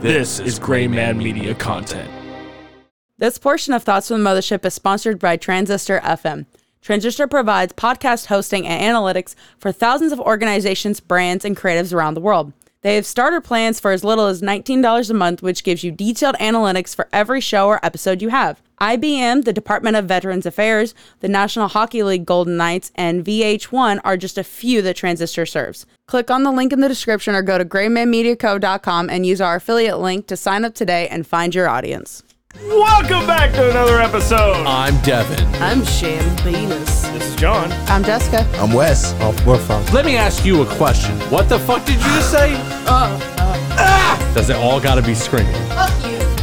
This is Gray Man Media content. This portion of Thoughts from the Mothership is sponsored by Transistor FM. Transistor provides podcast hosting and analytics for thousands of organizations, brands, and creatives around the world. They have starter plans for as little as $19 a month, which gives you detailed analytics for every show or episode you have. IBM, the Department of Veterans Affairs, the National Hockey League Golden Knights, and VH1 are just a few that Transistor serves. Click on the link in the description or go to graymanmediaco.com and use our affiliate link to sign up today and find your audience. Welcome back to another episode. I'm Devin. I'm Sham Oh, Venus. This is John. I'm Jessica. I'm Wes. Oh, we're fine. Let me ask you a question. What the fuck did you just say? Uh, Ah! Does it all gotta be screaming?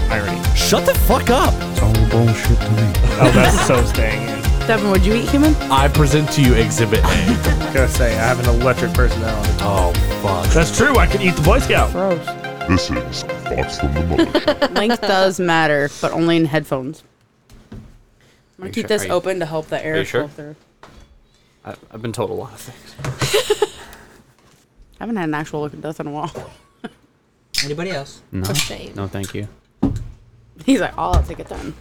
Irony. Shut the fuck up! It's all bullshit to me. Oh, that's so staying in. Devin, would you eat human? I present to you Exhibit A. Gotta say, I have an electric personality. oh, fuck. That's true. I could eat the Boy Scout. Gross. This is Thoughts from the Mothership. Length does matter, but only in headphones. I'm gonna keep sure- this are you- open to help the air you sure? flow through. I, I've been told a lot of things. I haven't had an actual look at this in a while. Anybody else? No, shame. no, thank you. He's like, oh, I'll take it then.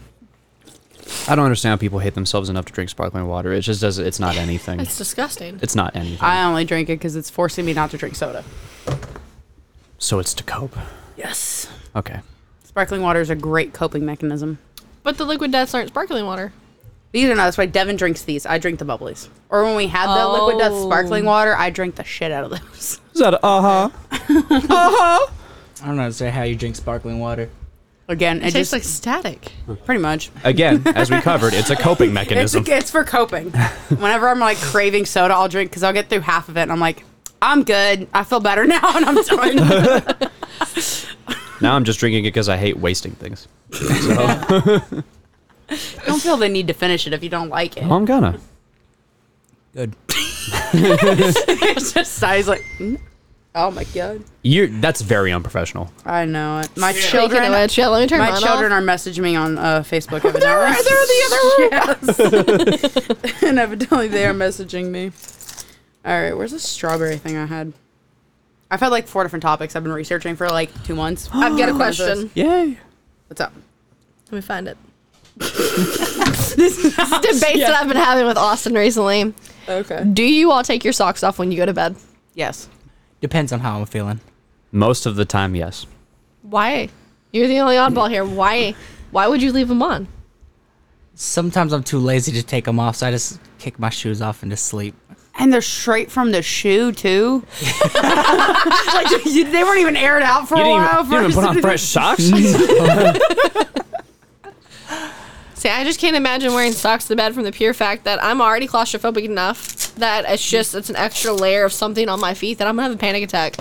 I don't understand how people hate themselves enough to drink sparkling water. It just does. It's not anything. It's disgusting. it's not anything. I only drink it because it's forcing me not to drink soda. so it's to cope. Yes. Okay. Sparkling water is a great coping mechanism. But the liquid deaths aren't sparkling water. These are not. That's why Devin drinks these. I drink the bubblies. Or when we had the liquid death Oh. sparkling water, I drink the shit out of those. Is that uh huh? I don't understand how you drink sparkling water. Again, it, It, just tastes like static. pretty much. Again, as we covered, it's a coping It's, mechanism. it's for coping. Whenever I'm like craving soda, I'll drink because I'll get through half of it and I'm like, I'm good. I feel better now and I'm done. now I'm just drinking it because I hate wasting things. don't feel the need to finish it if you don't like it. Well, I'm gonna. Good. it's just size like, mm. oh my god. You're. That's very unprofessional. I know it. My Speaking of children, which, yeah, let me turn my mine children are off. messaging me on uh, Facebook. Evidently. they're the other Yes. and evidently they are messaging me. All right, where's this strawberry thing I had? I've had like four different topics I've been researching for like two months. I've got a question. Yay. What's up? Let me find it. this debate Yeah. that I've been having with Austin recently. Okay. Do you all take your socks off when you go to bed? Yes. Depends on how I'm feeling. Most of the time, yes. Why? You're the only oddball here. Why? Why would you leave them on? Sometimes I'm too lazy to take them off, so I just kick my shoes off and just sleep. And they're straight from the shoe too. like you, they weren't even aired out for You a didn't while. even, you didn't even first. put on fresh socks. See, I just can't imagine wearing socks to bed from the pure fact that I'm already claustrophobic enough that it's just it's an extra layer of something on my feet that I'm gonna have a panic attack.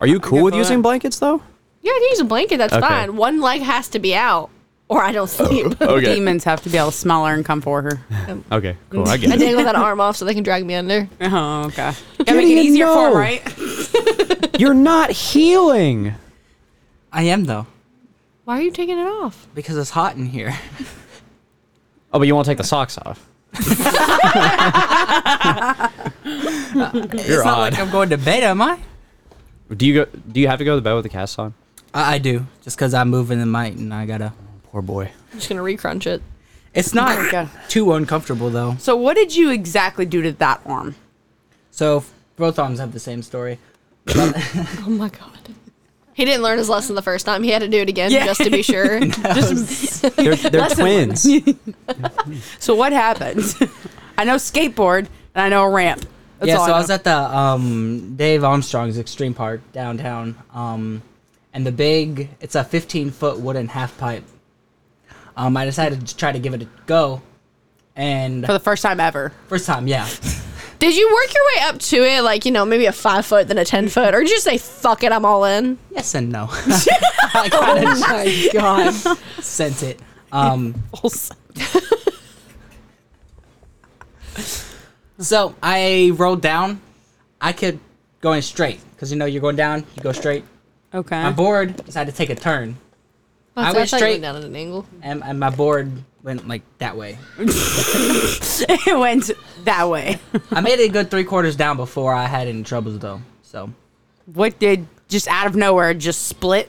Are you cool with for using that. blankets though? Yeah, I can use a blanket. That's Okay. fine. One leg has to be out, or I don't sleep. Demons have to be able to smell her and come for her. Okay, cool. I I get it. dangle that arm off so they can drag me under. Oh, okay. Gotta Getting make it a easier for no. 'em, right? You're not healing. I am though, Why are you taking it off? because it's hot in here. Oh, but you won't take the socks off. You're it's not odd. like I'm going to bed, am I? do you go? Do you have to go to bed with the cast on? I, I do, just because I'm moving and might, and I gotta. Poor boy. I'm just gonna recrunch it. It's my God. not too uncomfortable though. So, what did you exactly do to that arm? So f- both arms have the same story. Oh my god. He didn't learn his lesson the first time. He had to do it again Yeah. just to be sure. They're, they're twins. So, what happened? I know skateboard and I know a ramp. That's yeah, all so I, I, know. was at the um, Dave Armstrong's Extreme Park downtown, um, and the big it's a 15 foot wooden half pipe. Um, I decided to try to give it a go, and for the first time ever. first time, yeah, Did you work your way up to it, like you know, maybe a five foot, then a ten foot, or did you just say "fuck it, I'm all in"? yes and no. I kind of My God, sense it. Um, so I rolled down. I could going straight because you know you're going down, you go straight. My Okay. board decided to take a turn, I went went straight straight- down at an angle. and, and my board went like that way. it went that way. I made it a good three quarters down before I had any troubles though. So What did just out of nowhere just split?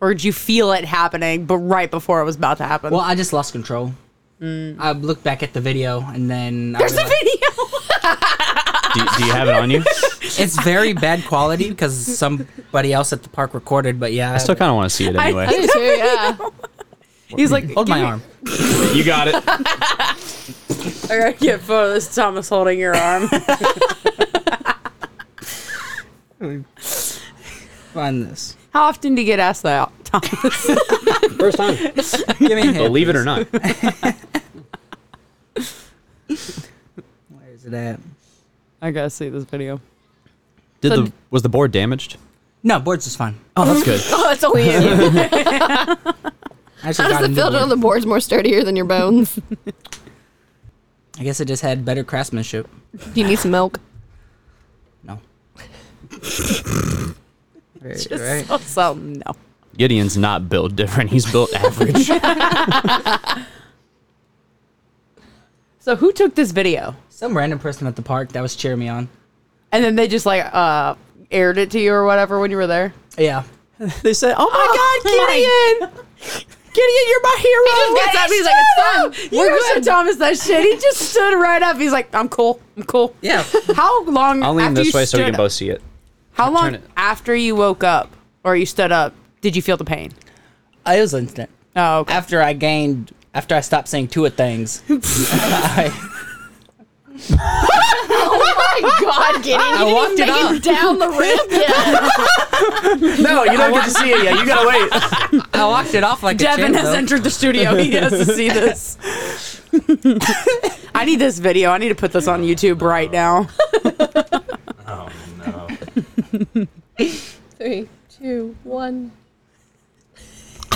Or did you feel it happening, but right before it was about to happen? Well, I just lost control. I looked back at the video and then I There's a realized- video. Do, do you have it on you? it's very bad quality because somebody else at the park recorded. But yeah, I still kind of want to see it I- anyway. I do too, yeah. He's like, hold "Give my me- arm. You got it. I gotta get a photo of this Thomas holding your arm. Find this. How often do you get asked that, Thomas? First time. Give me a hand. Believe it or not. Where is it at? I gotta see this video. Did So- the was the board damaged? No, boards is fine. Oh, that's good. Oh, that's only you. I actually got How does a the new filter board. on the board's more sturdier than your bones? Do I guess it just had better craftsmanship. you need some milk? No. So, so, no. Gideon's not built different. He's built average. So who took this video? Some random person at the park that was cheering me on. And then they just like uh aired it to you or whatever when you were there. Yeah. they said, "Oh my Gideon! Gideon, you're my hero. He just gets up, he's like, "It's fine. You We're guys good." should Thomas that shit. He just stood right up. He's like, I'm cool. I'm cool. Yeah. How long I'll lean after this you way so we stood can both see it. How turn long it. after you woke up or you stood up did you feel the pain? It was instant. Oh, okay. After I gained, after I stopped saying two of things, I, Oh my god, Gideon. You didn't walked even it make it down the ramp yet. No, you don't get to see it yet. You gotta wait. I walked it off like Devin a champ, has though. entered the studio. He has to see this. I need this video. I need to put this on YouTube right now. Three, two, one.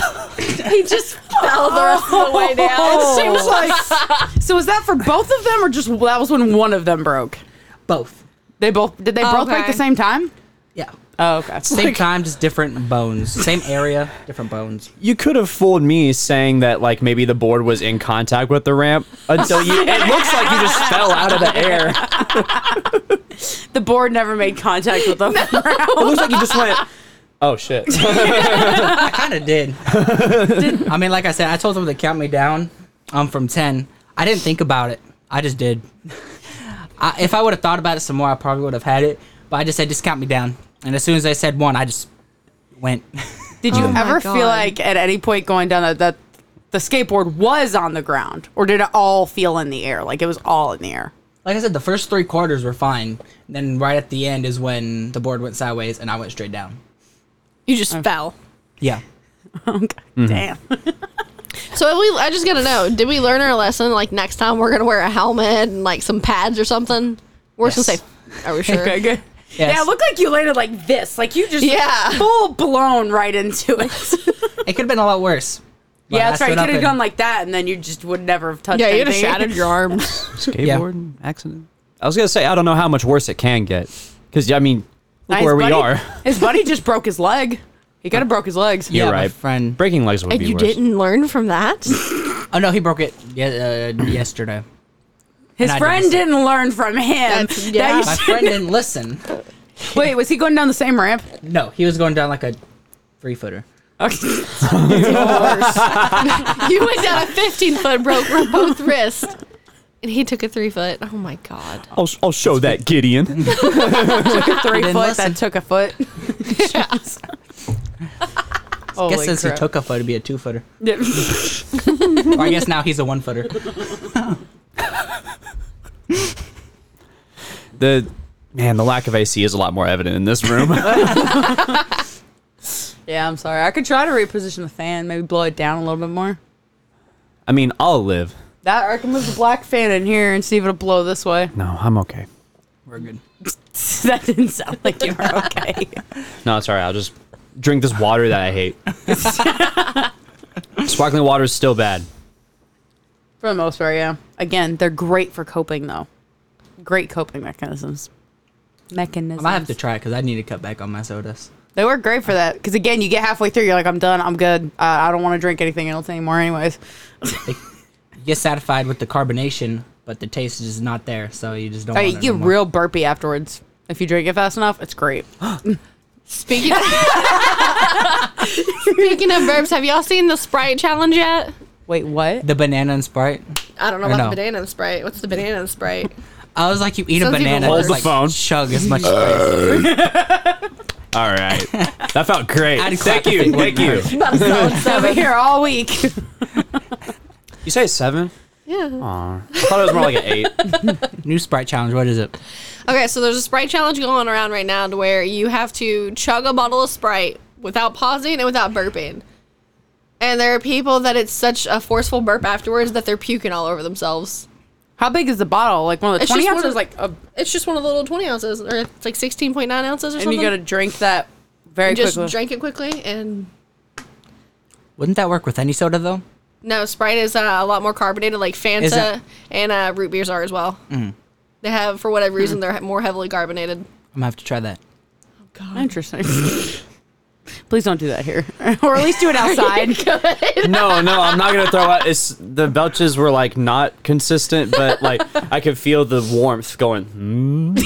he just fell the rest of the way down. She was like, so was that for both of them or just that was when one of them broke? Both. They both did they both break Okay. the same time? Yeah. Oh, okay. Same time, just different bones. Same area, different bones. You could have fooled me saying that like maybe the board was in contact with the ramp until you. it looks like you just fell out of the air. It The board never made contact with them. looks like you just went. Oh shit! I kind of did. I mean, like I said, I told them to count me down um, from 10. I didn't think about it. I just did. I, if I would have thought about it some more, I probably would have had it. But I just said, just count me down. And as soon as they said one, I just went. Did you Oh my ever feel God. like at any point going down that that the skateboard was on the ground, or did it all feel in the air? Like it was all in the air. Like I said, the first three quarters were fine. Then right at the end is when the board went sideways and I went straight down. You just fell. Yeah. Okay. Damn. So we, I just gotta know: Did we learn our lesson? Like next time, we're gonna wear a helmet and like some pads or something. We're just Yes. gonna say, "Are we sure?" Okay, good. Yes. Yeah, it looked like you landed like this. Like you just Yeah. full blown right into it. It could have been a lot worse. But I yeah, that's right. stood You up could have and- gone like that, and then you just would never have touched. Yeah, you'd have anything. shattered your arms. Skateboard accident. I was gonna say I don't know how much worse it can get because I mean look Nice where we buddy. are. His buddy just broke his leg. He could have broke his legs. You're Yeah, my right. friend- Breaking legs would and be you worse. didn't learn from that. Oh, no, he broke it ye- uh, yesterday. His And I friend didn't see it. didn't learn from him. That's- that yeah. he My should- friend didn't listen. wait, was he going down the same ramp? No, he was going down like a three footer. Okay. you went down a 15 foot, broke both wrists, and he took a three foot. Oh my god! I'll, I'll show that Gideon. three Then foot listen. that took a foot. Holy guess since crap. he took a foot, it'd be a two footer. Yeah. or I guess now he's a one footer. the man, the lack of AC is a lot more evident in this room. yeah, I'm sorry. I could try to reposition the fan, maybe blow it down a little bit more. I mean, I'll live. That or I can move the black fan in here and see if it'll blow this way. No, I'm okay. We're good. that didn't sound like you were okay. No, it's all right. I'll just drink this water that I hate. Sparkling water is still bad. for the most part, yeah. Again, they're great for coping though. Great coping mechanisms. I Mechanisms. might have to try because I need to cut back on my sodas. They work great for that because again, you get halfway through, you're like, I'm done, I'm good, uh, I don't want to drink anything else anymore, anyways. You get satisfied with the carbonation, but the taste is just not there, so you just don't. All want right, you it get no more. real burpy afterwards. If you drink it fast enough, it's great. Speaking, Speaking of burps, have y'all seen the Sprite challenge yet? Wait, what? The banana and Sprite. I don't know Or about no. the banana and Sprite. What's the banana and Sprite? I was like, you eat a Sounds even banana, worse. just, Hold the phone. Uh. like, chug as much. Sprite. All right. That felt great. I'd clap Thank if it you. wouldn't Thank you. over here all week. You say seven? yeah. Aw. I thought it was more like an eight. New Sprite challenge. What is it? Okay, so there's a Sprite challenge going around right now to where you have to chug a bottle of Sprite without pausing and without burping. And there are people that it's such a forceful burp afterwards that they're puking all over themselves. How big is the bottle? Like one of the It's twenty just one ounces? of- Like, a, It's just one of the little 20 ounces, or it's like 16.9 ounces or and something. you gotta drink that very You just quickly. drank it quickly and Wouldn't that work with any soda though? No, Sprite is uh, a lot more carbonated, like Fanta Is that- and uh, root beers are as well. They have, for whatever reason, they're more heavily carbonated. I'm gonna have to try that. Interesting. Please don't do that here, or at least do it outside. No, no, I'm not gonna throw out. It's the belches were like not consistent, but like I could feel the warmth going. Hmm.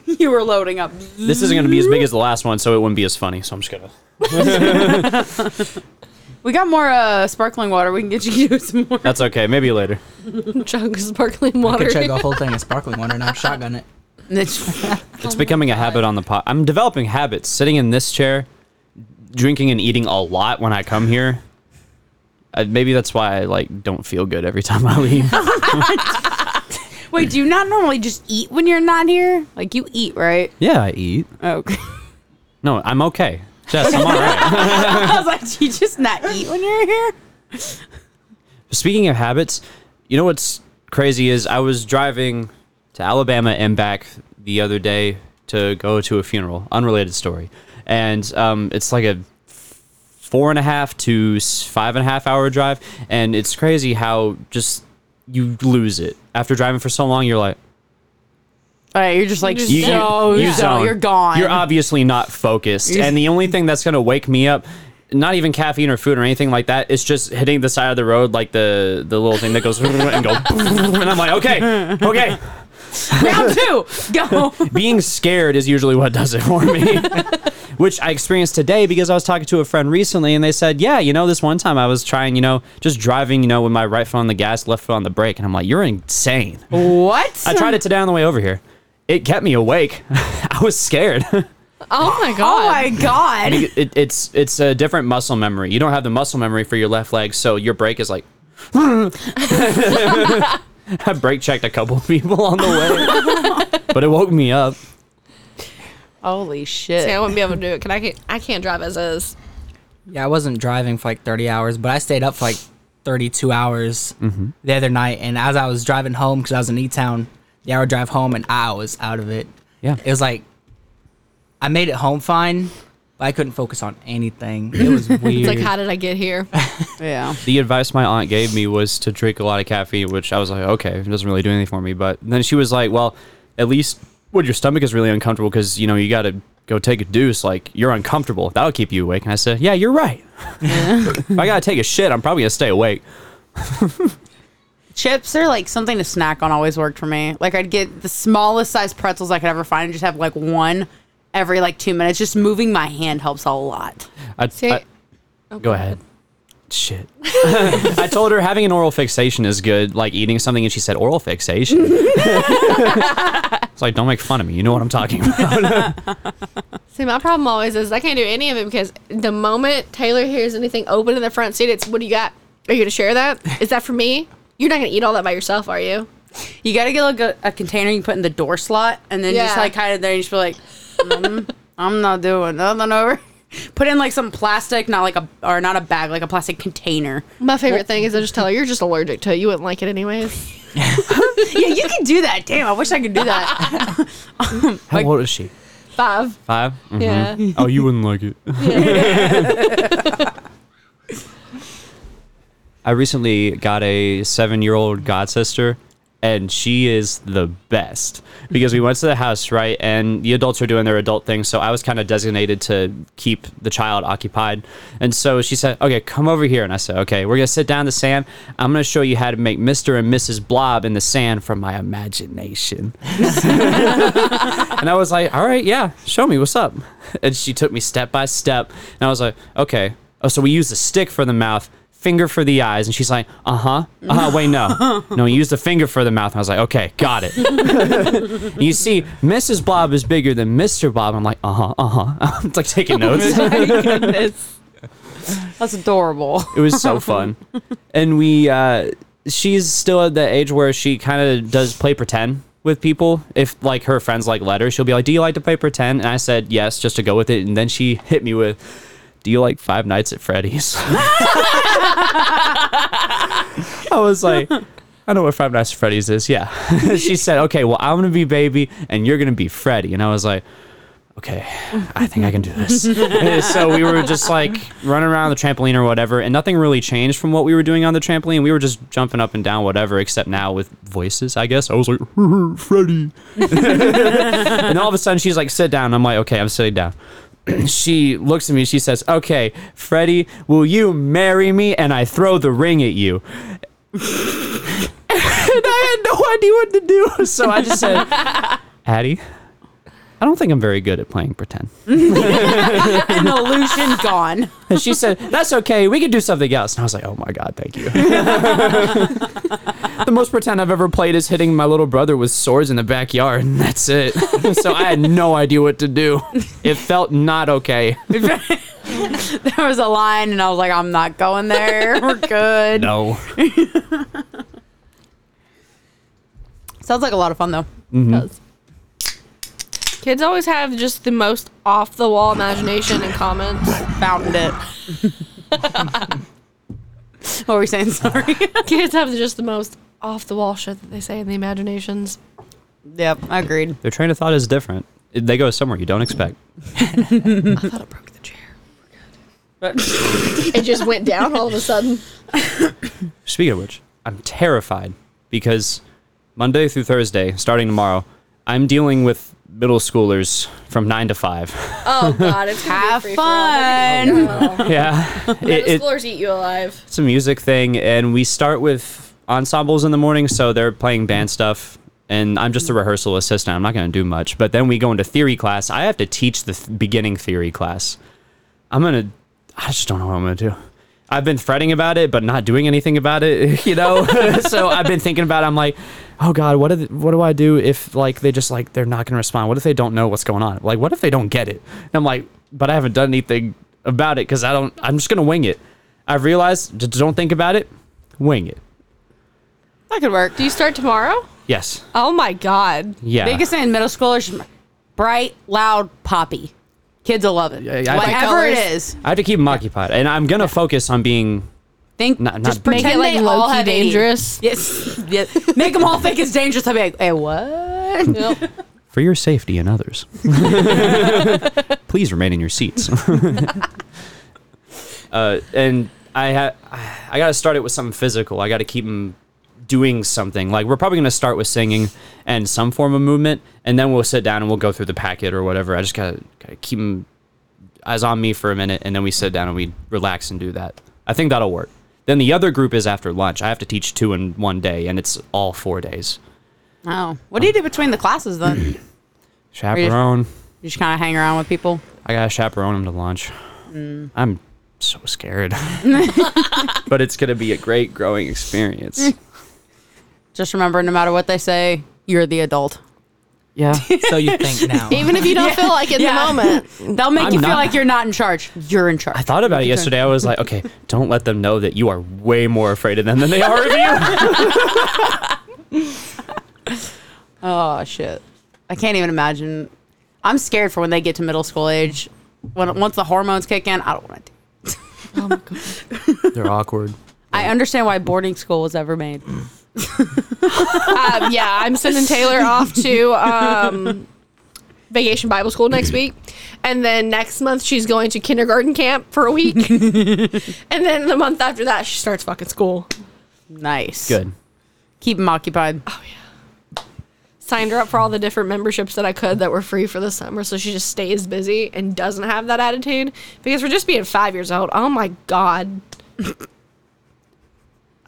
you were loading up. This isn't gonna be as big as the last one, so it wouldn't be as funny. So I'm just gonna. We got more uh, sparkling water. We can get you some more. That's okay. Maybe later. Chug sparkling I water. could chug a whole thing of sparkling water and I'll shotgun it. It's becoming a habit on the pot. I'm developing habits. Sitting in this chair, drinking and eating a lot when I come here. Uh, maybe that's why I like don't feel good every time I leave. Wait, do you not normally just eat when you're not here? Like you eat, right? Oh, yeah, I eat. Okay. No, I'm okay. Jess, I'm all right. I was like, do you just not eat when you're here? Speaking of habits, you know what's crazy is I was driving to Alabama and back the other day to go to a funeral. Unrelated story, and um, it's like a four and a half to s- five and a half hour drive, and it's crazy how just you lose it after driving for so long. You're like. All right, you're just like You- You, you- so you so- zone. You're gone. You're obviously not focused. You're- and the only thing that's going to wake me up, not even caffeine or food or anything like that, it's just hitting the side of the road like the the little thing that goes and go. And I'm like, okay, okay. Round two. Go. Being scared is usually what does it for me. Which I experienced today because I was talking to a friend recently and they said, Yeah, you know, this one time I was trying, you know, just driving, you know, with my right foot on the gas, left foot on the brake. And I'm like, You're insane. what? I tried it today on the way over here. It kept me awake. I was scared. oh my god. Oh my god. it, it- it's it's a different muscle memory. You don't have the muscle memory for your left leg, so your brake is like. I brake checked a couple people on the way, but it woke me up. Holy See, I shit. wouldn't be able to do it. Can I? Can't, I can't drive as is. Yeah, I wasn't driving for like 30 hours, but I stayed up for like 32 hours Mm-hmm. the other night. And as I was driving home, because I was in E Town, the hour drive home, and I was out of it. Yeah. It was like, I made it home fine, but I couldn't focus on anything. It was weird. It's like, how did I get here? Yeah. The advice my aunt gave me was to drink a lot of caffeine, which I was like, okay, it doesn't really do anything for me. But then she was like, well, at least when your stomach is really uncomfortable, because you know you got to go take a deuce, like you're uncomfortable. That'll keep you awake. And I said, yeah, you're right. if I gotta take a shit, I'm probably gonna stay awake. Chips are like something to snack on always worked for me. Like I'd get the smallest size pretzels I could ever find and just have like one every like two minutes. Just moving my hand helps a lot. I, See, I- go ahead. Shit. I told her having an oral fixation is good, like eating something, and she said oral fixation. it's like don't make fun of me. You know what I'm talking about. see, my problem always is I can't do any of it because the moment Taylor hears anything open in the front seat, it's what do you got? Are you gonna share that? Is that for me? You're not gonna eat all that by yourself, are you? You gotta get like a, a container you can put in the door slot and then just Yeah. like hide it there and just be like, "Mm, I'm not doing nothing over. Put in like some plastic, not like a or not a bag, like a plastic container. My favorite thing is I just tell her you're just allergic to it. You wouldn't like it anyways. yeah, you can do that. Damn, I wish I could do that. How old is she? 5 Uh-huh. Five. Mhm. Yeah. Oh, you wouldn't like it. I recently got a seven-year-old god sister, and she is the best because we went to the house right and the adults were doing their adult thing so i was kind of designated to keep the child occupied and so she said okay come over here and i said okay we're gonna sit down in the sand i'm gonna show you how to make mr and mrs blob in the sand from my imagination and i was like all right yeah show me what's up and she took me step by step and i was like okay oh so we use the stick for the mouth finger for the eyes and she's like uh-huh uh-huh wait no no you use the finger for the mouth and i was like okay got it And you see mrs blob is bigger than mr blob i'm like uh-huh uh-huh i'm like taking notes goodness. That's adorable. it was so fun and we uh she's still at the age where she kind of does play pretend with people if like her friends like letters she'll be like do you like to play pretend and i said yes just to go with it and then she hit me with do you like five nights at freddy's i was like I know what Five Nights at Freddy's is. Yeah. she said, okay, well, I'm going to be baby and you're going to be Freddy. And I was like, okay, I think I can do this. And so we were just like running around the trampoline or whatever, and nothing really changed from what we were doing on the trampoline. We were just jumping up and down, whatever, except now with voices, I guess. I was like, Freddy. and all of a sudden she's like, sit down. I'm like, okay, I'm sitting down. she looks at me, she says, okay, Freddy, will you marry me? And I throw the ring at you. and I had no idea what to do. So I just said, Addie, I don't think I'm very good at playing pretend. An illusion gone. And she said, That's okay. We could do something else. And I was like, Oh my God, thank you. the most pretend I've ever played is hitting my little brother with swords in the backyard, and that's it. so I had no idea what to do. It felt not okay. There was a line, and I was like, I'm not going there. We're good. No. Sounds like a lot of fun, though. Kids always have just the most off the wall imagination and comments. Found it. what were we saying? Sorry. Kids have just the most off the wall shit that they say in the imaginations. yep, agreed. Their train of thought is different. They go somewhere you don't expect. I thought it broke the chair. It just went down all of a sudden. Speaking of which, I'm terrified because Monday through Thursday, starting tomorrow, I'm dealing with middle schoolers from nine to five. Oh god, it's Have have fun. fun. yeah, it, it- Explorers eat you alive. it's a music thing, and we start with ensembles in the morning, so they're playing band stuff. And I'm just a rehearsal assistant. I'm not going to do much. But then we go into theory class. I have to teach the th- beginning theory class. I'm gonna. I just don't know what I'm gonna do. I've been fretting about it, but not doing anything about it. You know, so I've been thinking about. it. I'm like, oh god, what do th- what do I do if like they just like they're not gonna respond? What if they don't know what's going on? Like, what if they don't get it? And I'm like, but I haven't done anything about it because I don't. I'm just gonna wing it. I've realized just don't think about it, wing it. That could work. Do you start tomorrow? Yes. Oh my god. Yeah. Biggest thing in middle schoolers, bright, loud, poppy. Kids will love it. yeah, I think- Whatever it is, I have to keep them occupied, and I'm gonna focus on being. think Not- not- just Make it, pretend like, they all low-key have ADD. dangerous. Yes, yes. Make them all think it's dangerous. I'll be like, hey, what? For your safety and others, please remain in your seats. uh, and I ha- I got to start it with something physical. I got to keep them doing something. Like we're probably going to start with singing and some form of movement, and then we'll sit down and we'll go through the packet or whatever. I just got to keep them eyes on me for a minute, and then we sit down and we relax and do that. I think that'll work. Then the other group is after lunch. I have to teach two in one day, and it's all four days. Oh, what do you do between the classes then? you Chaperone. just kind of hang around with people. I gotta chaperone him to lunch. I'm so scared. but it's gonna be a great growing experience. Just remember, no matter what they say, you're the adult. Yeah. So you think now. Even if you don't feel like it in Yeah. the moment. They'll make I'm you feel not- like you're not in charge. You're in charge. I thought about it yesterday. I was like, okay, don't let them know that you are way more afraid of them than they are of you. Oh shit! I can't even imagine. I'm scared for when they get to middle school age. When once the hormones kick in, I don't want to. They're awkward. I understand why boarding school was ever made. um, yeah, I'm sending Taylor off to um, vacation Bible school next week. And then next month, she's going to kindergarten camp for a week. and then the month after that, she starts fucking school. Nice. Good. Keep them occupied. Signed her up for all the different memberships that I could that were free for the summer, so she just stays busy and doesn't have that attitude because we're just being five years old. Oh my god.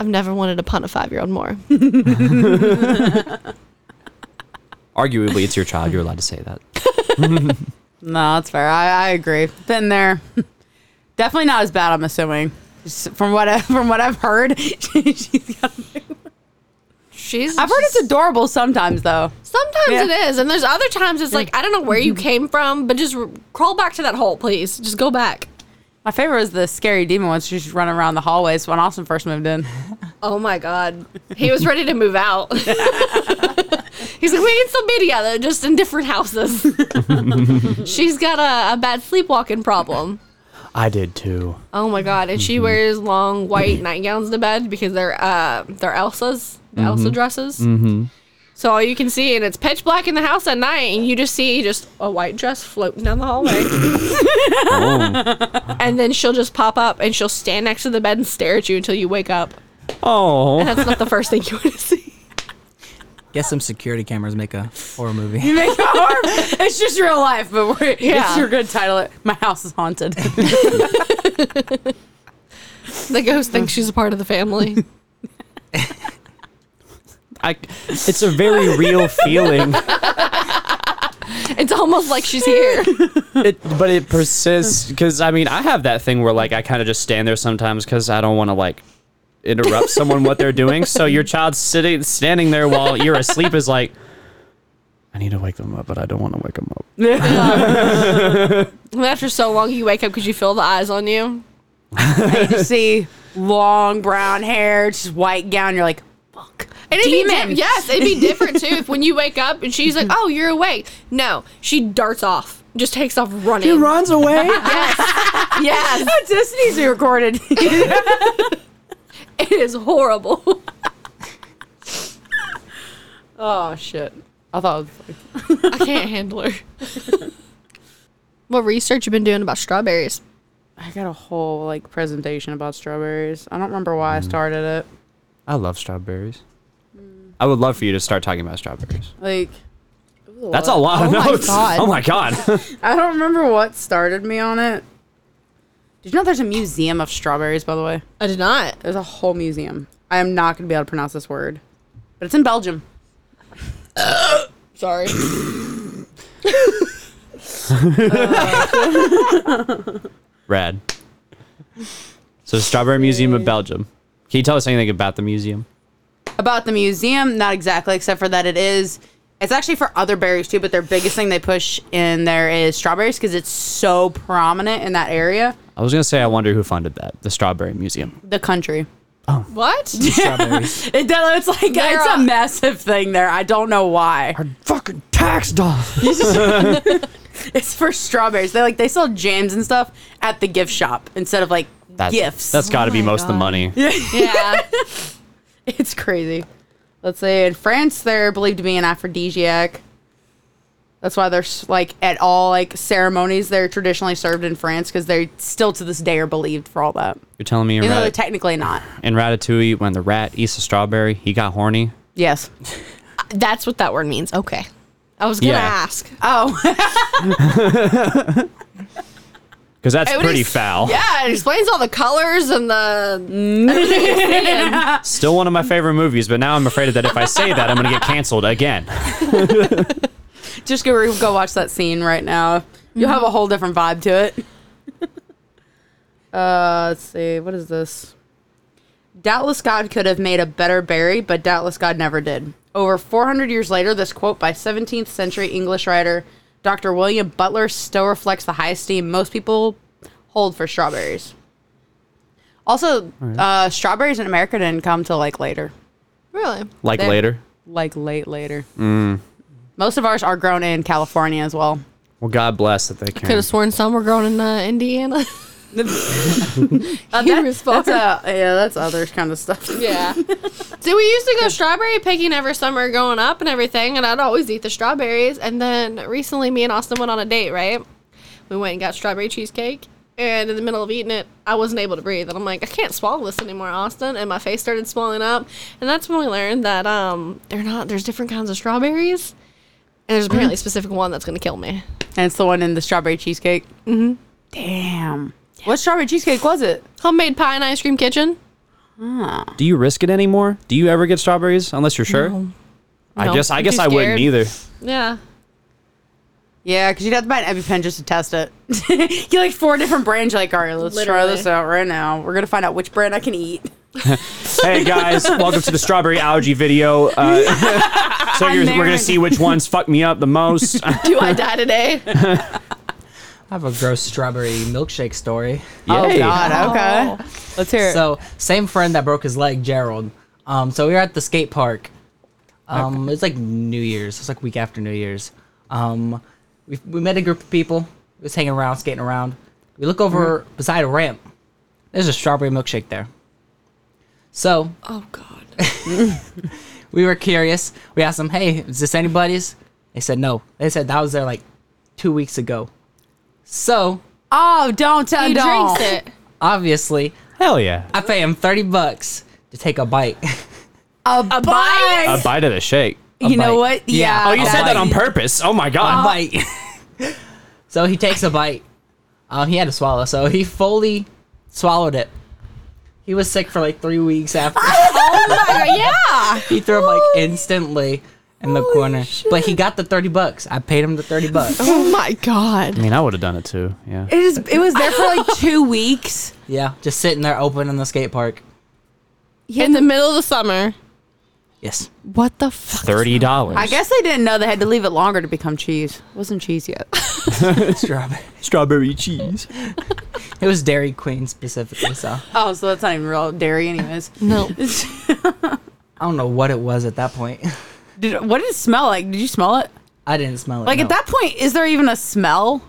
I've never wanted to punt a five year old more. Arguably, it's your child. You're allowed to say that. No, that's fair. I, I agree. Been there. Definitely not as bad. I'm assuming. Just from what I, from what I've heard, she's got- She's I've heard it's adorable sometimes though. Sometimes Yeah. it is, and there's other times it's like I don't know where you came from, but just r- crawl back to that hole, please. Just go back. My favorite was the scary demon ones. She's running around the hallways when Austin first moved in. Oh my god, he was ready to move out. He's like, we can still be together, just in different houses. She's got a, a bad sleepwalking problem. I did too. Oh my god, and she wears long white nightgowns to bed because they're uh they're Elsa's, the Elsa dresses. Mm-hmm. So all you can see, and it's pitch black in the house at night, and you just see just a white dress floating down the hallway. Oh, and then she'll just pop up and she'll stand next to the bed and stare at you until you wake up. oh. That's not the first thing you want to see. Guess some security cameras make a horror movie. You make it horror. It's just real life, but we're, it's your good title. it. My house is haunted. The ghost thinks she's a part of the family. I, it's a very real feeling, It's almost like she's here. it, but it persists because I mean I have that thing where like I kind of just stand there sometimes because I don't want to like interrupt someone what they're doing. So your child sitting standing there while you're asleep is like, I need to wake them up, but I don't want to wake them up. And After so long, you wake up because you feel the eyes on you. you see long brown hair, just white gown. You're like, fuck. And it'd be di- Demon. yes, it'd be different too if when you wake up and she's like, "Oh, you're awake." No, she darts off, just takes off running. runs away. Yes, This needs to be recorded. it is horrible. oh shit! I thought. It was I can't handle her. what research you been doing about strawberries? I got a whole like presentation about strawberries. I don't remember why Mm. I started it. I love strawberries. I would love for you to start talking about strawberries. Like That's a lot of Oh my notes. God. Oh my god. I don't remember what started me on it. Did you know there's a museum of strawberries, by the way? I did not. There's a whole museum. I am not going to be able to pronounce this word, but it's in Belgium. Sorry. Rad. So Strawberry Museum of Belgium. Can you tell us anything about the museum? About the museum, not exactly, except for that it is. It's actually for other berries too, but their biggest thing they push in there is strawberries because it's so prominent in that area. I was gonna say I wonder who funded that. The Strawberry Museum. The country. what? Strawberries. It, does- it's like They're it's a a- massive thing there. I don't know why. Fucking tax dollars. It's for strawberries. They like they sell jams and stuff at the gift shop instead of like That's, gifts. That's got to be Oh my most of the God. money. Yeah. It's crazy. Let's say in France, they're believed to be an aphrodisiac. That's why they're s- like at all like ceremonies they're traditionally served in France because they still to this day are believed for all that. You're telling me in, Even though they're Rat- technically not. in Ratatouille when the rat eats a strawberry, he got horny. Yes. That's what that word means. Okay. I was gonna Yeah. ask. Oh, Because that's It would pretty ex- foul. Yeah, it explains all the colors and the Still one of my favorite movies, but now I'm afraid that if I say that, I'm gonna get canceled again. just go go watch that scene right now. You'll have a whole different vibe to it. uh, let's see. What is this? Doubtless God could have made a better berry, but doubtless God never did. Over 400 years later, this quote by 17th century English writer Dr. William Butler still reflects the high esteem most people hold for strawberries. Also, uh, strawberries in America didn't come till like later, really. Like There. later. like late later. Most of ours are grown in California as well. Well, God bless that they Could can. have sworn some were grown in uh, Indiana. Uh, Here that- is far. that's uh, yeah, that's other kind of stuff. yeah. So we used to go strawberry picking every summer growing up and everything, and I'd always eat the strawberries. And then recently, me and Austin went on a date. Right? We went and got strawberry cheesecake, and in the middle of eating it, I wasn't able to breathe. And I'm like, I can't swallow this anymore, Austin. And my face started swelling up. And that's when we learned that um, they're not. There's different kinds of strawberries, and there's apparently a specific one that's gonna kill me. And it's the one in the strawberry cheesecake. Mm-hmm. Damn. What strawberry cheesecake was it? Homemade pie and ice cream kitchen. Do you risk it anymore? Do you ever get strawberries unless you're sure? I No, guess I I'm guess too I wouldn't scared. either. Yeah. Yeah, because you'd have to buy an EpiPen just to test it. you like four different brands. You're like, all right, let's try Literally. this out right now. We're gonna find out which brand I can eat. Hey guys, welcome to the strawberry allergy video. Uh, so you're, we're gonna married. see which ones fuck me up the most. Do I die today? I have a gross strawberry milkshake story. Oh Yay. God. Okay. Let's hear it. So same friend that broke his leg, Gerald. Um, so we were at the skate park. Um, It was like New Year's. It was like week after New Year's. Um, we, we met a group of people. We was hanging around, skating around. We look over Mm-hmm. beside a ramp. There's a strawberry milkshake there. So oh God. we were curious. We asked them, "Hey, is this anybody's?" They said no. They said that was there like two weeks ago. So oh, don't tell. He don't. drinks it. obviously, Hell yeah. I pay him thirty bucks to take a bite. A, bite. A Uh, bite of the shake. You know bite. what? Yeah. Yeah. oh, you A said that bite. on purpose. Oh my a Uh, god. uh, bite. so he takes a bite. Um, he had to swallow, so he fully swallowed it. He was sick for like three weeks after. Oh yeah. he threw him like instantly in the corner, but he got the thirty bucks. I paid him the thirty bucks. Oh my God. I mean, I would have done it too. Yeah. It is. It was there for like two weeks. yeah, just sitting there open in the skate park. In the middle of the summer. Yes, What the fuck? Thirty dollars. I guess they didn't know they had to leave it longer to become cheese. wasn't cheese yet. strawberry. strawberry cheese. It was Dairy Queen specifically, so I oh, so that's not even real dairy, anyways. No. don't know what it was at that point. Did, what did it smell like? Did you smell it? I didn't smell it. Like at no. that point, is there even a smell?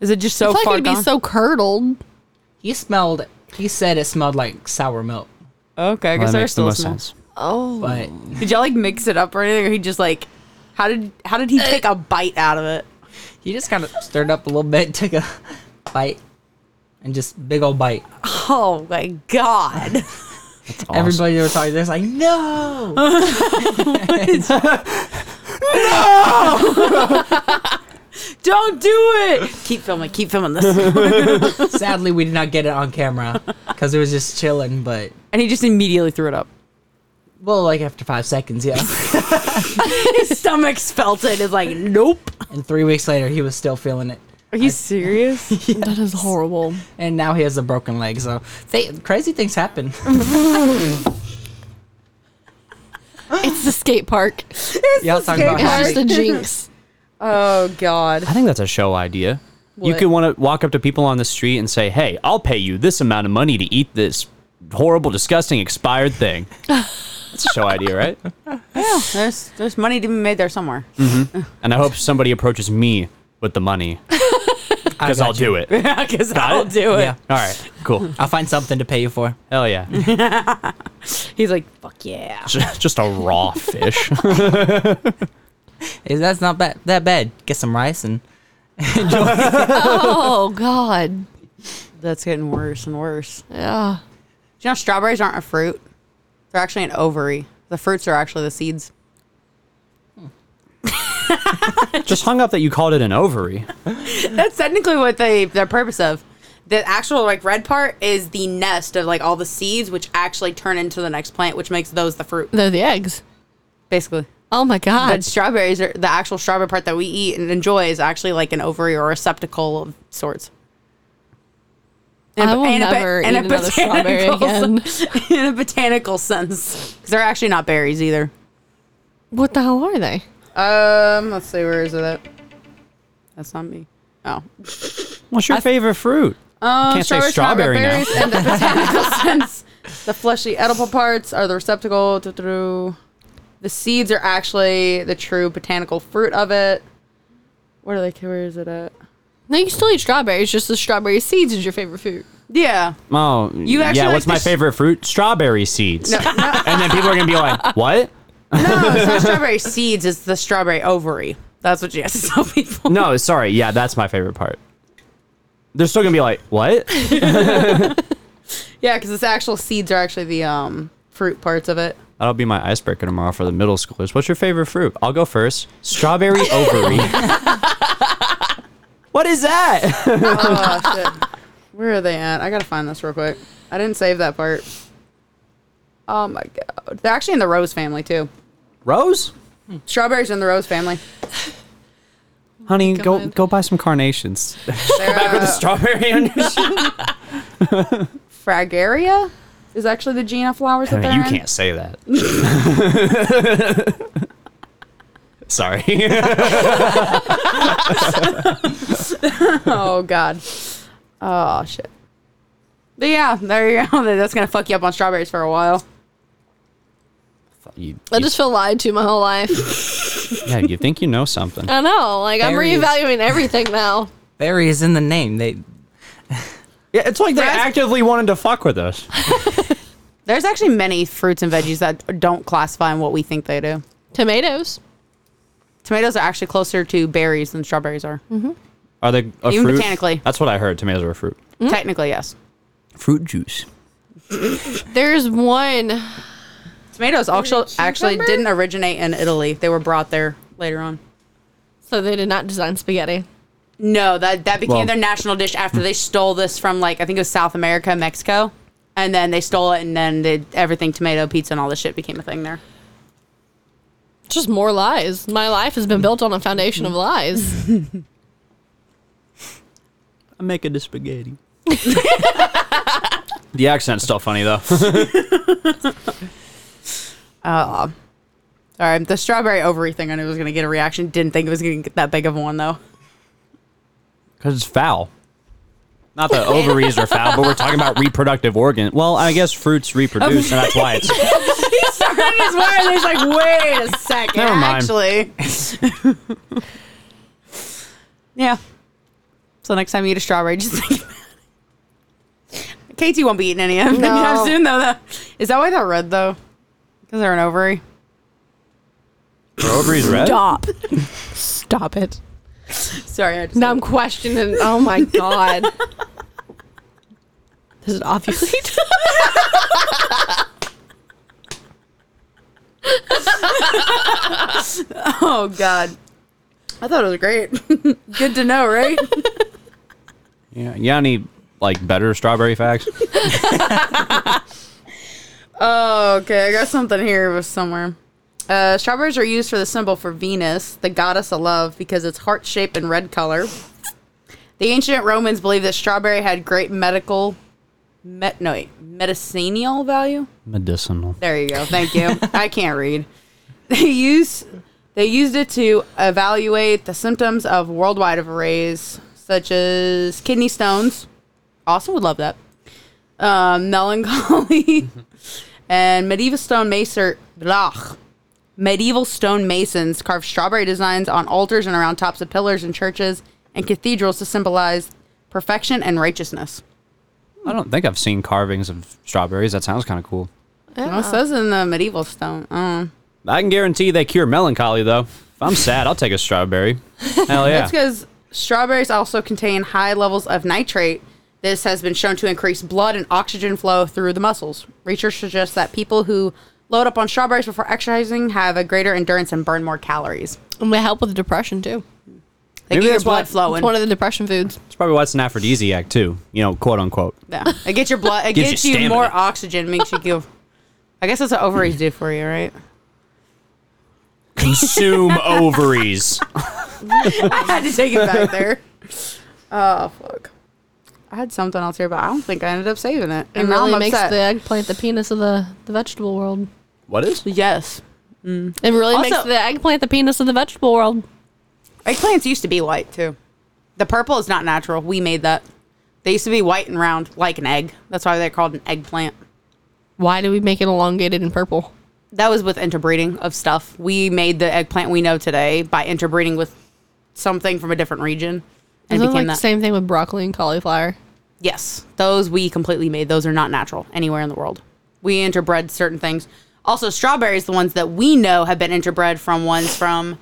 Is it just so I feel far like it'd be gone? so curdled. he smelled. He said it smelled like sour milk, okay, I guess That there's makes the still a most smell. sense. Oh. but Did y'all like mix it up or anything, or he just like how did how did he take a bite out of it? He just kind of stirred up a little bit, took a bite, and just big old bite. Oh my god! It's awesome. Everybody they were talking, they're just like, no. Don't do it. Keep filming. Keep filming this. Sadly, we did not get it on camera because it was just chilling. But and he just immediately threw it up. well, like after five seconds, yeah. His stomach's felt it. It's like nope. and three weeks later, he was still feeling it, Are you serious? That is horrible. and now he has a broken leg. So they, crazy things happen. It's the skate park. Y'all talking about It's how just a jinx. oh god. I think that's a show idea. You What? could want to walk up to people on the street and say, "Hey, I'll pay you this amount of money to eat this horrible, disgusting, expired thing." That's a show idea, right? There's there's money to be made there somewhere. Mm. And I hope somebody approaches me with the money because I'll do it. All Because I'll it? do it. Yeah, right, cool. I'll find something to pay you for. Hell yeah, He's like fuck yeah. just just a raw fish. Hey, That's not bad, that bad. Get some rice and Oh God. That's getting worse and worse. Yeah. Do you know strawberries aren't a fruit? They're actually an ovary. The fruits are actually the seeds. just hung up that you called it an ovary. That's technically what they their purpose of. The actual like red part is the nest of like all the seeds, which actually turn into the next plant, which makes those the fruit. They're the eggs. Basically, Oh my God. but strawberries are the actual strawberry part that we eat and enjoy is actually like an ovary or receptacle of sorts. I will a- never eat another strawberry botanical again. sen- in a botanical sense, because they're actually not berries either. What the hell are they? Um, let's see, where is it? At? That's not me. Oh, What's your favorite fruit? um, Can't say strawberry now. berries in the botanical sense. The fleshy edible parts are the receptacle to through. The seeds are actually the true botanical fruit of it. What are they? Where is it at? No, you still eat strawberries. Just the strawberry seeds is your favorite food. Yeah, Oh, You actually yeah. like what's my the sh- favorite fruit? Strawberry seeds. and then people are gonna be like, "What?" no, it's not strawberry seeds. It's the strawberry ovary. That's what you have to tell people. No, sorry. Yeah, that's my favorite part. they're still gonna be like, what? Yeah, because its actual seeds are actually the um fruit parts of it. That'll be my icebreaker tomorrow for the middle schoolers. What's your favorite fruit? I'll go first. Strawberry ovary. what is that? Oh shit. Where are they at? I gotta find this real quick. I didn't save that part. Oh my god. They're actually in the Rose family too. Rose? Strawberries in the Rose family. Honey, go God. go buy some carnations. They're, uh, Strawberry on your shit. Fragaria is actually the Gina flowers that they're Uh, you in. can't say that. Sorry. Oh god. Oh shit. But yeah, there you go. That's gonna fuck you up on strawberries for a while. you, I just feel lied to my whole life. yeah, you think you know something. I know. Like I'm There he is. reevaluating everything now. Berry is in the name. They Yeah, it's like they Fras- actively wanted to fuck with us. There's actually many fruits and veggies that don't classify in what we think they do. Tomatoes. Tomatoes are actually closer to berries than strawberries are. Are they a Even fruit? botanically. That's what I heard. Tomatoes are a fruit. Technically, yes. Fruit juice. There's one. Tomatoes also actually cucumber? didn't originate in Italy. They were brought there later on. So they did not design spaghetti. No, that that became Well- their national dish after they stole this from like I think it was South America, Mexico, and then they stole it, and then they, everything tomato pizza and all this shit became a thing there. Just more lies. My life has been built on a foundation of lies. I'm making the spaghetti. the accent's still funny though. All right, the strawberry ovary thing I knew was gonna get a reaction. Didn't think it was gonna get that big of one though. Because it's foul. Not that ovaries are foul, but we're talking about reproductive organ. Well, I guess fruits reproduce, and that's why it's. he started his word. and He's like, wait a second. Never mind. Actually, yeah. So next time you eat a strawberry, just think. about it. Katie won't be eating any of them No. anytime soon, though, though. Is that why they're red though? Because they're an ovary. Are ovaries red? Stop. Stop it. Sorry, I just. Now I'm questioning. Oh my god. Does it ovulate? Oh God. I thought it was great. Good to know, right? Yeah. You got any like better strawberry facts? Oh, okay. I got something here was somewhere. Uh, strawberries are used for the symbol for Venus, the goddess of love, because it's heart shaped and red color. The ancient Romans believed that strawberry had great medical, met, no, wait, medicinal value. Medicinal. There you go. Thank you. I can't read. They use they used it to evaluate the symptoms of worldwide arrays such as kidney stones. Austin would love that. Um, melancholy and medieval stone macer blah. Medieval stone masons carved strawberry designs on altars and around tops of pillars in churches and cathedrals to symbolize perfection and righteousness. I don't think I've seen carvings of strawberries. That sounds kind of cool. Well, it says in the medieval stone. Oh. I can guarantee they cure melancholy though. If I'm sad, I'll take a strawberry. Hell yeah. That's because strawberries also contain high levels of nitrate. This has been shown to increase blood and oxygen flow through the muscles. Research suggests that people who load up on strawberries before exercising have a greater endurance and burn more calories. And they help with depression too. They Maybe get your that's why- blood flowing. It's one of the depression foods. That's probably why it's an aphrodisiac too. You know, quote unquote. yeah. It gets your blood. It Gives gets, you you, stamina. more oxygen. Makes you give. I guess that's what ovaries do for you, right? Consume ovaries. I had to take it back there. Oh fuck! I had something else here, but I don't think I ended up saving it. It And now really I'm makes upset. the eggplant the penis of the, the vegetable world. What is? yes. It really makes Also- the eggplant the penis of the vegetable world. Eggplants used to be white too. The purple is not natural. We made that. They used to be white and round like an egg. That's why they're called an eggplant. Why do we make it elongated and purple? That was with interbreeding of stuff. We made the eggplant we know today by interbreeding with something from a different region and Isn't it became like that. the same thing with broccoli and cauliflower? Yes, those we completely made. Those are not natural anywhere in the world. We interbred certain things. Also, strawberries, the ones that we know have been interbred from ones from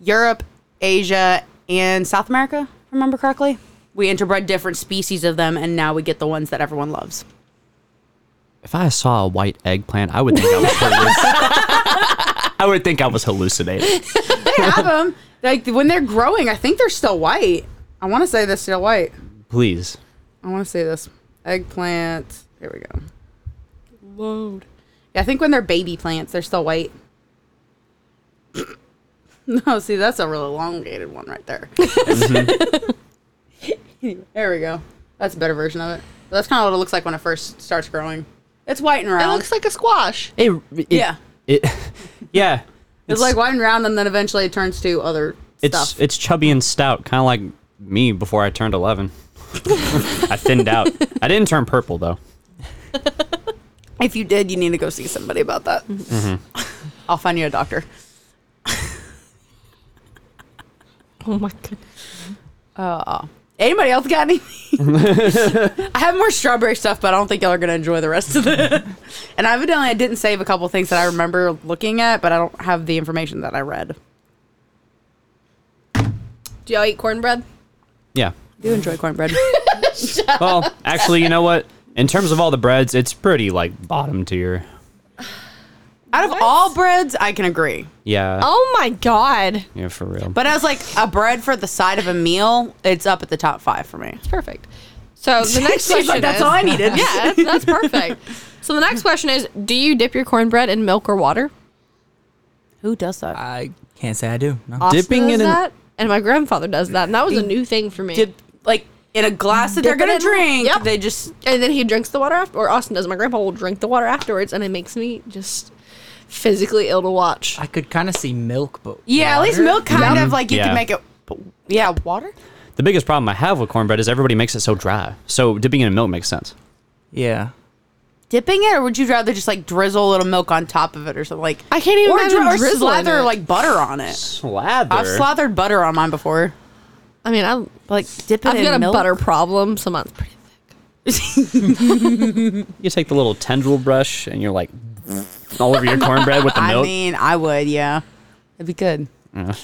Europe, Asia, and South America. if I Remember correctly? We interbred different species of them, and now we get the ones that everyone loves. If I saw a white eggplant, I would think I was hallucinating. I would think I was hallucinating. They have them. Um, Like when they're growing, I think they're still white. I want to say they're still white. Please. I want to say this eggplant. Here we go. Load. Yeah, I think when they're baby plants, they're still white. no, see, that's a real elongated one right there. Mm-hmm. there we go. That's a better version of it. That's kind of what it looks like when it first starts growing. It's white and It round. looks like a squash. It, it- yeah. It, yeah. It's, like white and round, and then eventually it turns to other it's stuff. it's chubby and stout, kind of like me before I turned 11. I thinned out. I didn't turn purple though. if you did, you need to go see somebody about that. Mm-hmm. I'll find you a doctor. Oh my god. Uh, Anybody else got anything? I have more strawberry stuff, but I don't think y'all are gonna enjoy the rest of it. and evidently, I didn't save a couple things that I remember looking at, but I don't have the information that I read. Do y'all eat cornbread? Yeah. Do enjoy cornbread. Well, actually, you know what? In terms of all the breads, it's pretty like bottom tier. Out of all breads, I can agree. Yeah. Oh my god. Yeah, for real. But as like a bread for the side of a meal, it's up at the top five for me. Perfect. So the next She's like, question "That's is- all I needed." yeah, that's, that's perfect. So the next question is: Do you dip your cornbread in milk or water? Who does that? I can't say I do. No. Dipping does it in- that, and my grandfather does that, and that was a new thing for me. Dip, like in a glass that they're Dip it gonna in- drink. Yep. They just and then he drinks the water after, or Austin does. My grandpa will drink the water afterwards, and it makes me just physically ill to watch. I could kind of see milk, but yeah. At least water? milk kind of like you Yeah. can make it. Yeah, water. The biggest problem I have with cornbread is everybody makes it so dry. So dipping it in milk makes sense. Yeah. dipping it, or would you rather just like drizzle a little milk on top of it or something like? I can't even or, imagine dri- or drizzling slather it. like butter on it. Slather. I've slathered butter on mine before. I mean, I Like dip it I've in got a milk. butter problem, so mine's pretty. you take the little tendril brush and you're like all over your cornbread with the I milk. mean, I would, yeah. It'd be good. Yeah,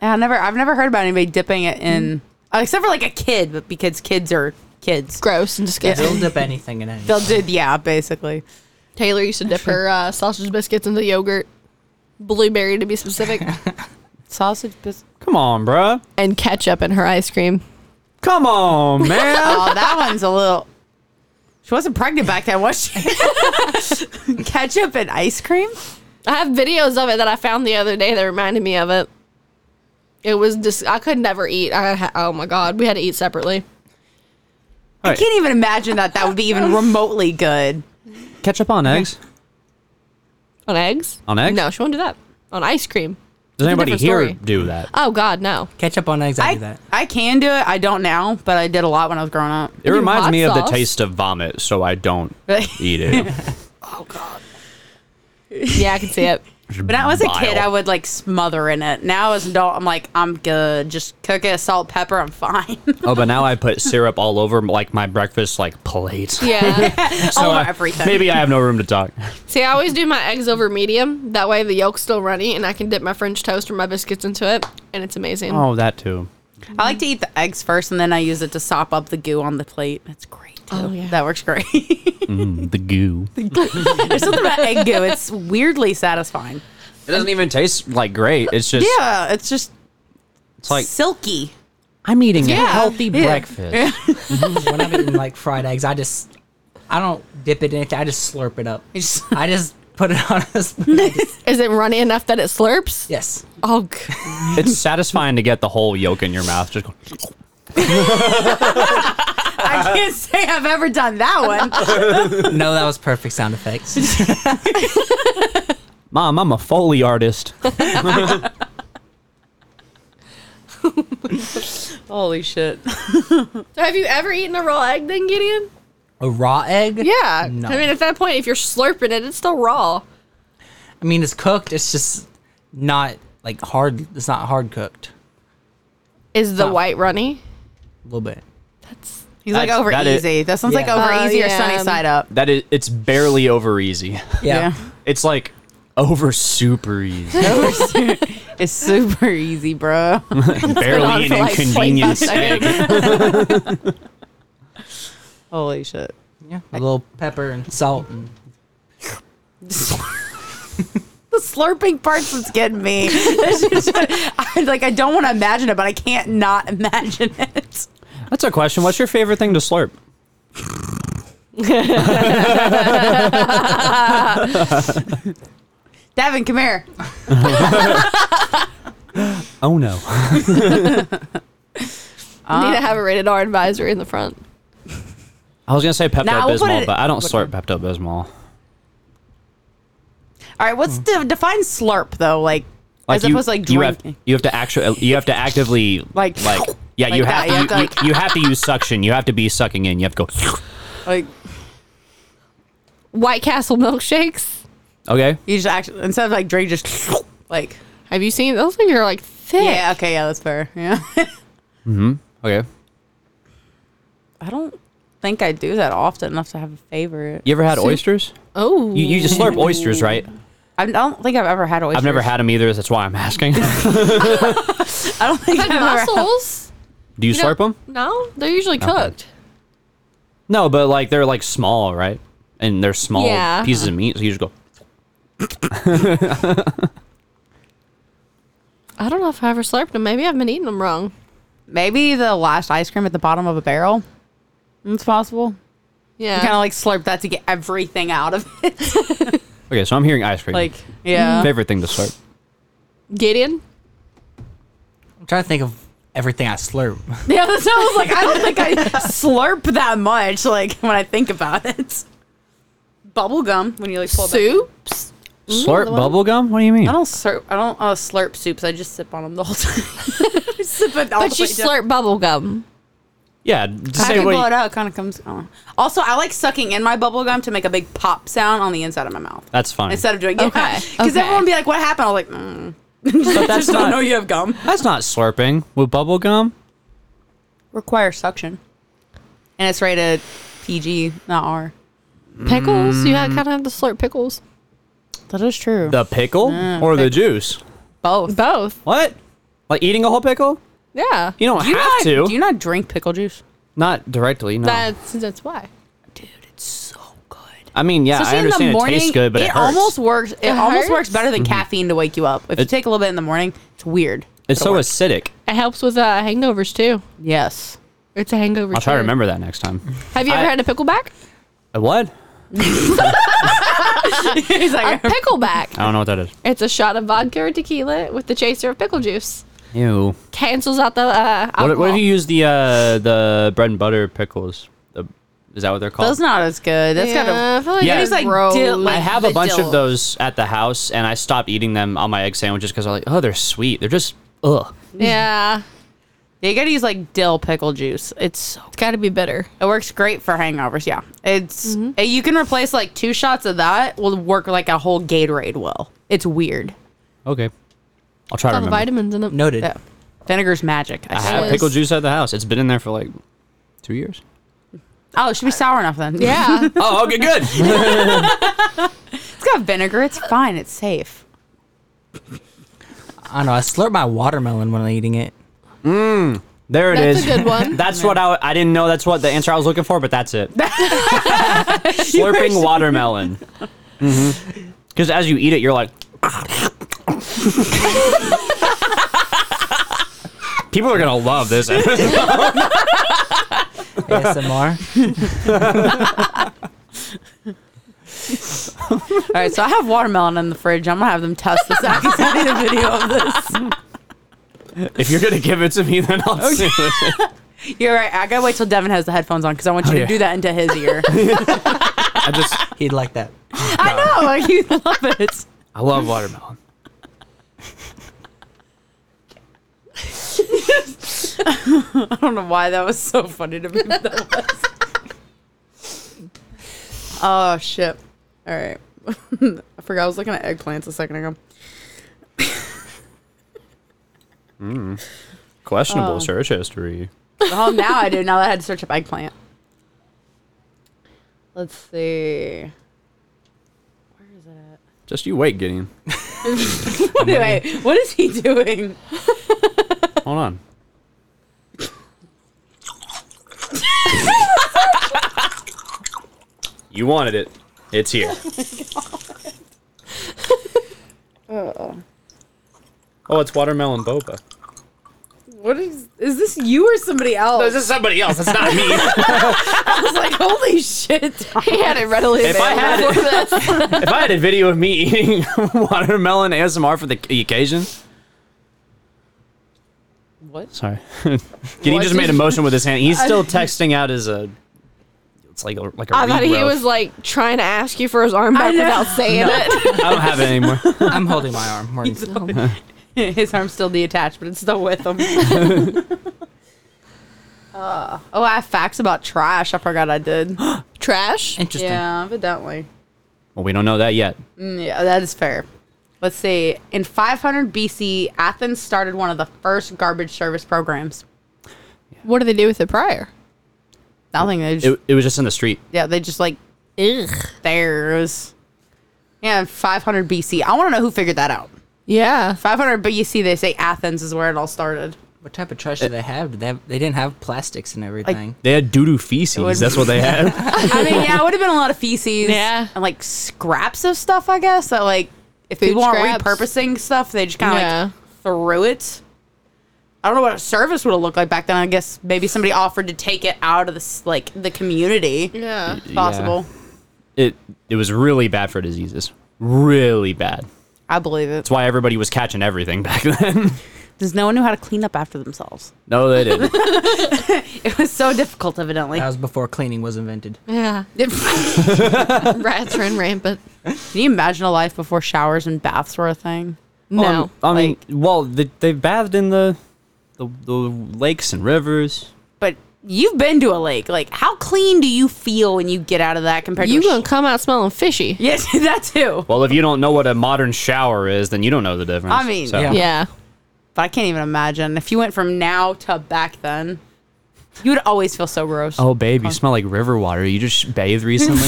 I never, I've never heard about anybody dipping it in, uh, except for like a kid, but because kids are kids. Gross and disgusting. They'll dip anything in anything. They'll do, yeah, basically. Taylor used to dip her uh, sausage biscuits into yogurt, blueberry to be specific, Sausage biscuit. Come on, bruh. and ketchup in her ice cream. Come on, man. Oh, that one's a little. She wasn't pregnant back then, was she? Ketchup and ice cream. I have videos of it that I found the other day that reminded me of it. It was just I could never eat. I ha- oh my god, we had to eat separately. I can't even imagine that that would be even remotely good. Ketchup on eggs. On eggs? On eggs? No, she won't do that. On ice cream. Does anybody different here story. do that? Oh god, no. Ketchup on eggs. I, do I, that. I can do it. I don't now, but I did a lot when I was growing up. It reminds hot me of sauce. the taste of vomit, so I don't eat it. Yeah, I can see it. When I was a kid, Vile. I would like smother in it. Now as an adult, I'm like, I'm good. Just cook it, salt, pepper. I'm fine. oh, but now I put syrup all over like my breakfast like plate. Yeah. All over I- everything. Maybe I have no room to talk. see, I always do my eggs over medium. That way the yolk's still runny and I can dip my French toast or my biscuits into it and it's amazing. Oh, that too. I like to eat the eggs first, and then I use it to sop up the goo on the plate. That's great. Too. Oh, yeah. that works great. There's The goo. something about egg goo. It's weirdly satisfying. It doesn't even taste like great. It's just Yeah, it's just it's like silky. I'm eating a healthy breakfast. Mhm. when I'm eating like fried eggs, I just I don't dip it in anything. I just slurp it up. just- I just put it on a spoon. I just- Is it runny enough that it slurps? yes. Oh g- It's satisfying to get the whole yolk in your mouth. Just go, I can't say I've ever done that one. No, that was perfect sound effects. Mom, I'm a Foley artist. Holy shit! So have you ever eaten a raw egg then, Gideon? A raw egg? Yeah. No. I mean at that point if you're slurping it, it's still raw. I mean, it's cooked. It's just not like hard. It's not hard cooked. Is the Oh. white runny? A little bit. He's like That's- over that is- easy. that sounds like Yeah. over Oh, easy or yeah. sunny side up. That is, it's barely over easy. Yeah. It's like Over super easy. it's super easy, bro. Barely an for like inconvenience. 25 seconds. Holy shit. Yeah, a little pepper and salt. And The slurping part's what's getting me. It's just- I, like I don't want to imagine it, but I can't not imagine it. That's a question. What's your favorite thing to slurp? Devin, come here. Oh no. Need to have a rated R advisory in the front. I was gonna say Pepto Nah, we'll put Bismol, it- but I don't slurp Pepto Bismol. All right, what's the define slurp though? Like, as opposed to like you have, drinking. you have to actually you have to actively Like- like yeah you like have that, you have to, to, you, like- you, you have to use suction. You have to be sucking in. You have to go. like White Castle milkshakes. Okay. you just actually instead of like drink, just like Have you seen those things are like thick? yeah, okay, yeah, that's fair. Yeah, Okay. I don't think I do that often enough to have a favorite. You ever had oysters? Oh. You, you just slurp oysters, right? I don't think I've ever had oysters. I've never had them either. That's why I'm asking. Do I don't think I've I've had ever. Had. mussels. you, know- slurp them? No, they're usually cooked. No, but like they're like small, right? And they're small Yeah. pieces of meat. So you just go. I don't know if I ever slurped them. Maybe I've been eating them wrong. Maybe the last ice cream at the bottom of a barrel. It's possible. Yeah. Kind of like slurp that to get everything out of it. Okay, so I'm hearing ice cream. Like, yeah. favorite thing to slurp. Gideon. I'm trying to think of everything I slurp. Yeah, that's what I was like. I don't think I slurp that much. Like when I think about it, bubble gum when you like pull it back- Soups. Slurp bubble gum? What do you mean? I don't slurp. I don't uh, slurp soups. I just sip on them the whole time. I sip it all But the you way down. slurp bubble gum. Yeah, just I say can blow what. it You, out. It kind of comes. oh. Also, I like sucking in my bubble gum to make a big pop sound on the inside of my mouth that's fine. instead of doing it. Okay, Because okay. everyone would be like, "What happened?" I was like, mm. but that's "Just don't know not. you have gum." That's not slurping with bubble gum. Requires suction, and it's rated PG, not R. Pickles. You Mm. kind of have to slurp pickles. That is true. The pickle or the juice? Both. Both. What? Like eating a whole pickle? Yeah. You don't Do you have not, to. Do you not drink pickle juice? not directly. No. That's Uh, that's why. I mean, yeah, I understand it tastes good, but it, hurts. Mm-hmm. almost works. It, It almost hurts? works better than caffeine to wake you up. If you It- take a little bit in the morning, it's weird. but it's it so works. acidic. It helps with uh, hangovers too. Yes. It's a hangover. I'll try to cure. remember that next time. Have you ever I- had a pickleback? A what? He's A like, pickleback. I don't know what that is. It's a shot of vodka or tequila with the chaser of pickle juice. Ew. Cancels out the uh, alcohol. What, what if you use the uh, the bread and butter pickles? The, is that what they're called? those not as good. That's yeah, got I feel like Yeah. yeah. It's like gross. dil- like- I have the a bunch dill. of those at the house, and I stopped eating them on my egg sandwiches because I'm like, oh, they're sweet. They're just ugh. yeah. to. You gotta use like dill pickle juice. It's so. It's got to be bitter. It works great for hangovers. Yeah, it's eh, you can replace like two shots of that will work like a whole Gatorade will. It's weird. Okay. I'll try to All the remember. vitamins in it. Noted. Yeah. Vinegar's magic. I I swear. have Yes. pickle juice at the house. It's been in there for like two years. Oh, it should be sour enough then. Yeah. Oh, okay, good. it's got vinegar. It's fine. It's safe. I don't know. I slurp my watermelon when I'm eating it. there it That's is. a good one. That's what I, I didn't know. That's what the answer I was looking for, but that's it. Slurping watermelon. Because as you eat it, you're like. People are gonna love this. ASMR. All right, so I have watermelon in the fridge. I'm gonna have them test this out. 'cause I need a video of this. if you're gonna give it to me, then I'll see it. You're right. I gotta wait till Devin has the headphones on because I want you Oh, to yeah. do that into his ear. I just He'd like that. I know, like you love it. I love watermelon. I don't know why that was so funny to me. but That was. oh shit! All right, I forgot I was looking at eggplants a second ago. Questionable search history. Oh, now I do. Now that I had to search up eggplant. Let's see. Where is it? Just you wait, Gideon. What, wait, what is he doing? Hold on. you wanted it. It's here. Oh, it's watermelon boba. What is is this you or somebody else? No, Oh, this is somebody else. It's not me. I was like, holy shit. He had it readily If I had available for this. if I had a video of me eating watermelon ASMR for the occasion. What? Sorry. Gideon just made a motion with his hand. He's still texting out his uh it's like a like a I thought he regrowth. was like trying to ask you for his arm back know. without saying it. I don't have it anymore. I'm holding my arm. We're- His arm's still detached, but it's still with him. Uh, oh, I have facts about trash. I forgot I did. Trash. Interesting. yeah, evidently. Well, we don't know that yet. Yeah, that is fair. Let's see. In 500 BC, Athens started one of the first garbage service programs. What do they do with it prior? I don't think they just, It, it was just in the street. yeah, they just like, ugh, there it was. Yeah, 500 BC. I want to know who figured that out. Yeah. 500 BC, they say Athens is where it all started. What type of trash do they have? Did They, have, they didn't have plastics and everything. They had doo doo feces. That's what they had. I mean, yeah, it would have been a lot of feces. Yeah. And like scraps of stuff, I guess. That like, if Food people aren't scraps. repurposing stuff, they just kind of Yeah. like threw it. I don't know what a service would have looked like back then. I guess maybe somebody offered to take it out of this like the community. Yeah. It's Possible. it it was really bad for diseases. Really bad. I believe it. That's why everybody was catching everything back then. Because no one knew how to clean up after themselves. no, they didn't. It was so difficult, evidently. That was before cleaning was invented. Yeah. Can Rats run rampant. you imagine a life before showers and baths were a thing? No. I mean, well, they, they bathed in the, the the lakes and rivers. But you've been to a lake. Like, how clean do you feel when you get out of that compared You to a gonna sh- come out smelling fishy? Yes, that too. Well, if you don't know what a modern shower is, then you don't know the difference. I mean, So- yeah. Yeah. But I can't even imagine. If you went from now to back then, you would always feel so gross. Oh, babe, you smell like river water. You just bathed recently.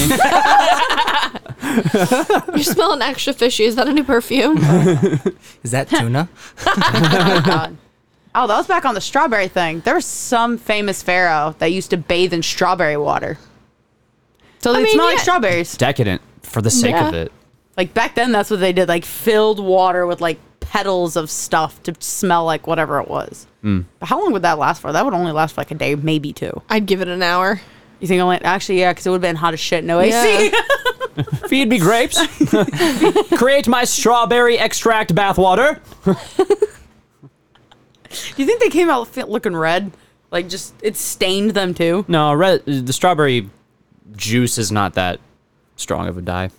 You're smelling extra fishy. Is that a new perfume? Is that tuna? my God. Oh, that was back on the strawberry thing. There was some famous pharaoh that used to bathe in strawberry water. So they mean, smell like yeah. strawberries. Decadent for the sake of Yeah. it. Like back then, that's what they did. Like filled water with like petals of stuff to smell like whatever it was. Hmm. But how long would that last for? That would only last for like a day, maybe two. I'd give it an hour. You think I went, actually, yeah, because it would have been hot as shit. No AC. Yeah. Feed me grapes. Create my strawberry extract bathwater. Do you think they came out fit- looking red? Like just, it stained them too? No, red, the strawberry juice is not that strong of a dye.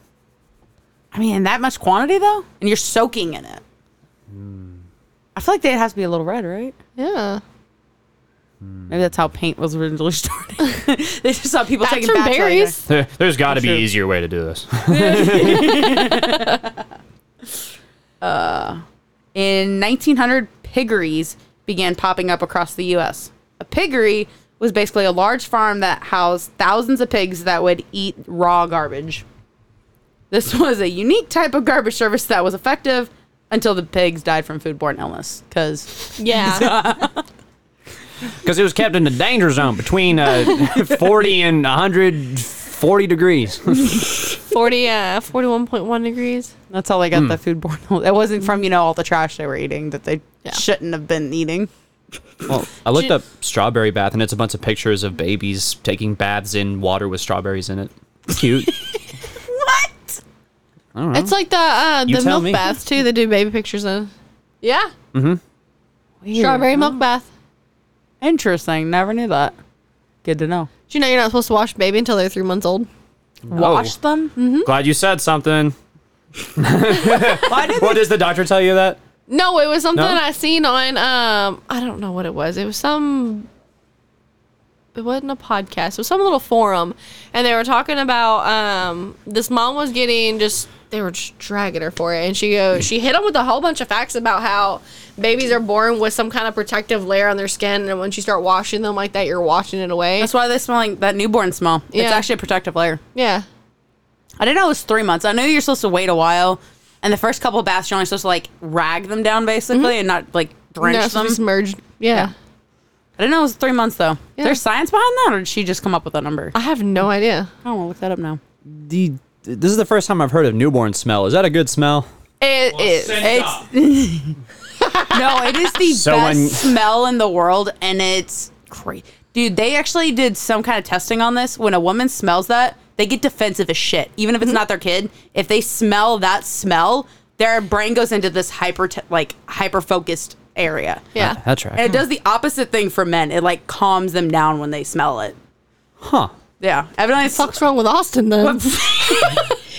I mean, in that much quantity though, and you're soaking in it. Hmm. I feel like they'd have to be a little red, right? Yeah. Hmm. Maybe that's how paint was originally started. they just saw people That's taking from baths while you're berries. There, has got to be True. easier way to do this. there. In 1900, piggeries began popping up across the U.S. A piggery was basically a large farm that housed thousands of pigs that would eat raw garbage. This was a unique type of garbage service that was effective until the pigs died from foodborne illness. Because Yeah. Because it was kept in the danger zone between uh, 40 and 140 degrees. 40, uh, 41.1 degrees. That's how they got the foodborne. ill- It wasn't from you know all the trash they were eating that they Yeah. shouldn't have been eating. Well, I looked up strawberry bath, and it's a bunch of pictures of babies taking baths in water with strawberries in it. Cute. What? It's like the uh, You the tell milk me. baths too. They do baby pictures in. Yeah. Mm-hmm. Strawberry milk bath. Interesting. Never knew that. Good to know. Do you know you're not supposed to wash baby until they're three months old? Wash them. Glad you said something. Why did What does the doctor tell you that? No, it was something No? I seen on um I don't know what it was. It was some it wasn't a podcast. It was some little forum and they were talking about um this mom was getting just they were just dragging her for it and she goes she hit them with a whole bunch of facts about how babies are born with some kind of protective layer on their skin and once you start washing them like that you're washing it away. That's why they smell like that newborn smell. Yeah. It's actually a protective layer. yeah. I didn't know it was three months. I know you're supposed to wait a while And the first couple of baths, you're only supposed to like rag them down basically and not like drench No, so them. just merged. Yeah. I didn't know it was three months though. Yeah. There's science behind that, or did she just come up with a number? I have no idea. I don't want to look that up now. The this is the first time I've heard of newborn smell. Is that a good smell? It is. It's no, it is the So best when- smell in the world, and it's great, dude. They actually did some kind of testing on this. When a woman smells that, they get defensive as shit, even if it's not their kid. If they smell that smell, their brain goes into this hyper like hyper focused area. Yeah. That's right. And it does the opposite thing for men. It like calms them down when they smell it. Huh. Yeah, evidently it's Fuck's wrong with Austin then?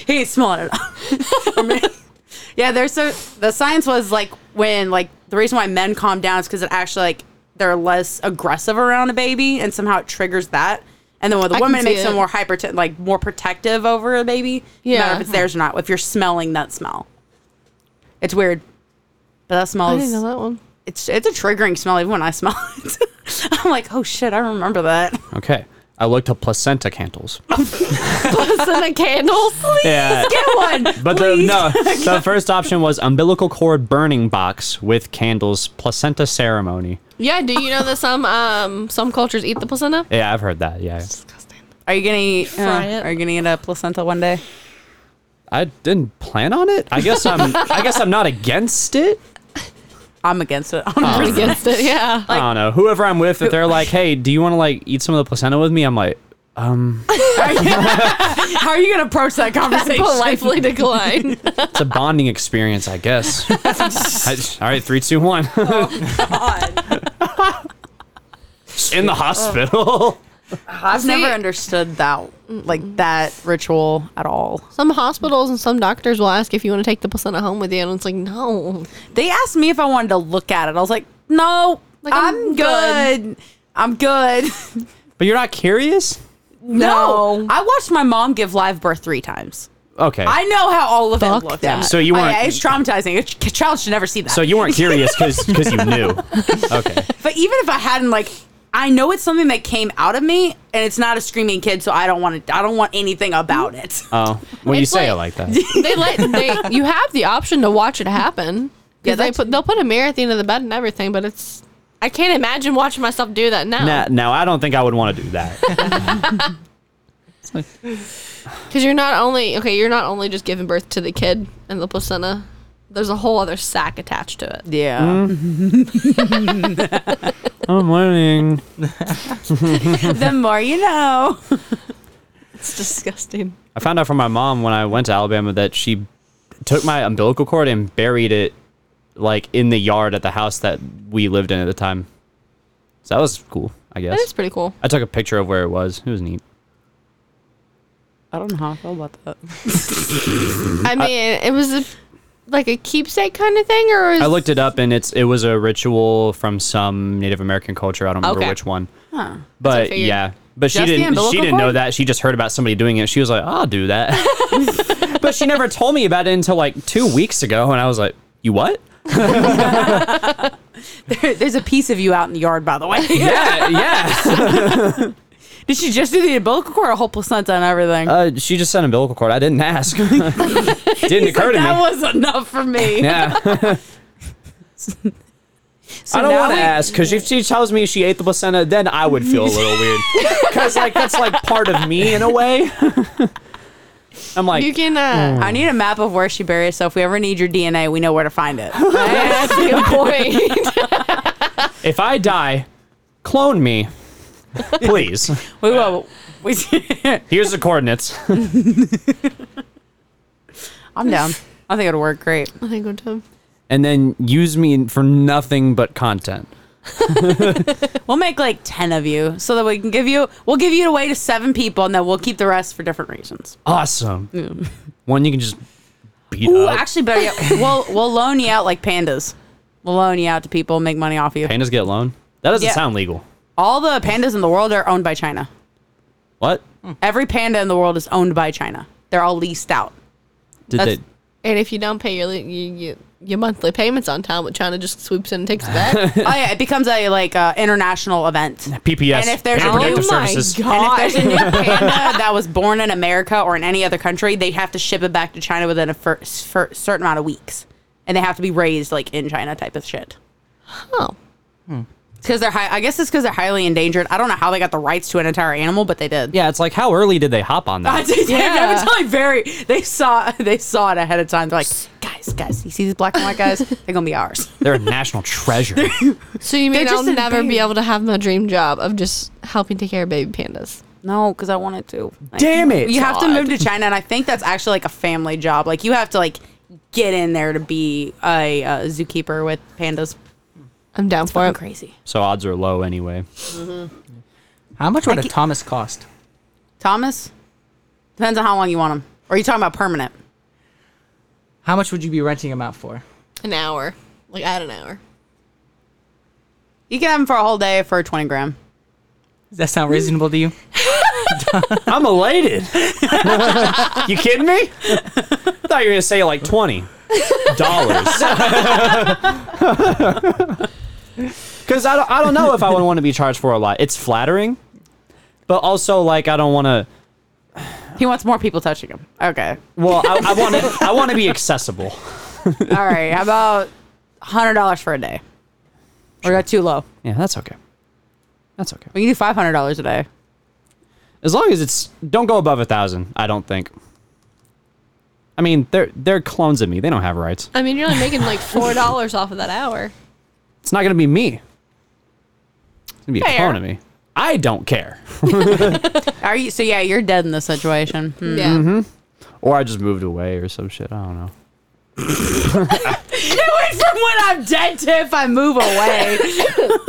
he's smelling it. yeah, there's so the science was like when like the reason why men calm down is because it actually like they're less aggressive around a baby, and somehow it triggers that. And then with I a can woman, it see makes them it. more hyper, like more protective over a baby. no matter Yeah. if it's theirs or not. If you're smelling that smell, it's weird. But that I didn't know smells. that one. It's it's a triggering smell even when I smell it. I'm like, oh shit, I remember that. Okay. I looked up placenta candles. Placenta candles. yeah. Get one. But the, no, the first option was umbilical cord burning box with candles, placenta ceremony. Yeah. Do you know that some um some cultures eat the placenta? Yeah, I've heard that. Yeah, Are you gonna eat? Fry uh, it. are you gonna eat a placenta one day? I didn't plan on it. I guess I'm. I guess I'm not against it. I'm against it. I'm against it. Yeah. I don't know. Whoever I'm with, if they're like, "Hey, do you want to like eat some of the placenta with me?" I'm like, How are you gonna approach that conversation? Politely decline. "It's a bonding experience, I guess." I- all right, three, two, one. In the hospital. I've never See- understood that like that ritual at all. some hospitals and some doctors will ask if you want to take the placenta home with you, and it's like no. They asked me if I wanted to look at it. I was like, no, Like, I'm, I'm good. good. I'm good. but you're not curious. No. I watched my mom give live birth three times. Okay. I know how all of Fuck it looks. that. So you I- weren't- it's traumatizing. A ch- a child should never see that. so you weren't curious because you knew. Okay. But even if I hadn't, like, I know it's something that came out of me, and it's not a screaming kid, so I don't want to. I don't want anything about Mm. it. Oh, when you It's say like- it like that. They let they you have the option to watch it happen. Yeah, Yeah, they that's- put they'll put a mirror at the end of the bed and everything, but it's I can't imagine watching myself do that now. Now, now I don't think I would want to do that. Because you're not only okay, you're not only just giving birth to the kid and the placenta. There's a whole other sack attached to it. Yeah. I'm learning. the more you know. It's disgusting. I found out from my mom when I went to Alabama that she took my umbilical cord and buried it like in the yard at the house that we lived in at the time. So that was cool, I That is guess. pretty cool. I took a picture of where it was. It was neat. I don't know how I feel about that. I mean, it was a, like a keepsake kind of thing, or is, I looked it up and it's it was a ritual from some Native American culture. I don't remember Okay. which one. But figured. yeah. But she Just the didn't umbilical she didn't know cord? that. She just heard about somebody doing it. She was like, I'll do that. but she never told me about it until like two weeks ago and I was like, You what? There's a piece of you out in the yard, by the way. Yeah, yeah. Did she just do the umbilical cord or whole placenta and everything? Uh, she just said umbilical cord. I didn't ask. Didn't occur to me. that was enough for me. yeah, So I don't now want to we- ask because if she tells me she ate the placenta, then I would feel a little weird. Because like that's like part of me in a way. I'm like, you can uh, I need a map of where she buried it, so if we ever need your DNA, we know where to find it. that's a good point. if I die, clone me, please. we will. We, Here's the coordinates. I'm down. I think it'll work great. I think we're done. And then use me for nothing but content. We'll make like ten of you, so that we can give you. We'll give you away to seven people, and then we'll keep the rest for different reasons. Uh, Awesome. One you can just beat Ooh, up. actually, better yet, we'll we'll loan you out like pandas. We'll loan you out to people, make money off you. Pandas get loan. That doesn't Yeah. sound legal. All the pandas in the world are owned by China. What? Every panda in the world is owned by China. They're all leased out. Did That's- they? And if you don't pay your, li- you, you your monthly payments on time, but China just swoops in and takes it back. oh yeah, it becomes a like uh, international event. PPS. And if there's Panda oh Protective my Services. God. And if there's a new panda that was born in America or in any other country, they have to ship it back to China within a fir- fir- certain amount of weeks, and they have to be raised like in China type of shit. oh, Because they're high. I guess it's because they're highly endangered. I don't know how they got the rights to an entire animal, but they did. Yeah, it's like how early did they hop on I that? did. Yeah. I was telling very. They saw. They saw it ahead of time. They're like, guys, guys, you see these black and white guys? They're gonna be ours. They're a national treasure. so you mean They're I'll just in never pain. be able to have my dream job of just helping take care of baby pandas? No, because I wanted to. Like, Damn it. You have to God. move to China, and I think that's actually like a family job. Like you have to like get in there to be a, uh zookeeper with pandas. I'm down for it. crazy. so odds are low anyway. How much would a Thomas cost? Thomas, depends on how long you want them. Or are you talking about permanent? How much would you be renting him out for? An hour, like at an hour. You can have them for a whole day for twenty grand. Does that sound reasonable to you? I'm elated. you kidding me? I thought you were gonna say like twenty dollars. Because I don't, I don't know if I would want to be charged for a lot. It's flattering, but also like I don't want to. He wants more people touching him. Okay. Well, I want to. I want to be accessible. All right. How about hundred dollars for a day? Or got too low. Yeah, that's okay. That's okay. We can do five hundred dollars a day. As long as it's don't go above a thousand. I don't think. I mean, they're they're clones of me. They don't have rights. I mean, you're only making like four dollars off of that hour. It's not gonna be me. It's gonna be a Fair. clone of me. I don't care. Are you? So yeah, you're dead in this situation. Hmm. Yeah. Or I just moved away or some shit. I don't know. From when I'm dead to if I move away.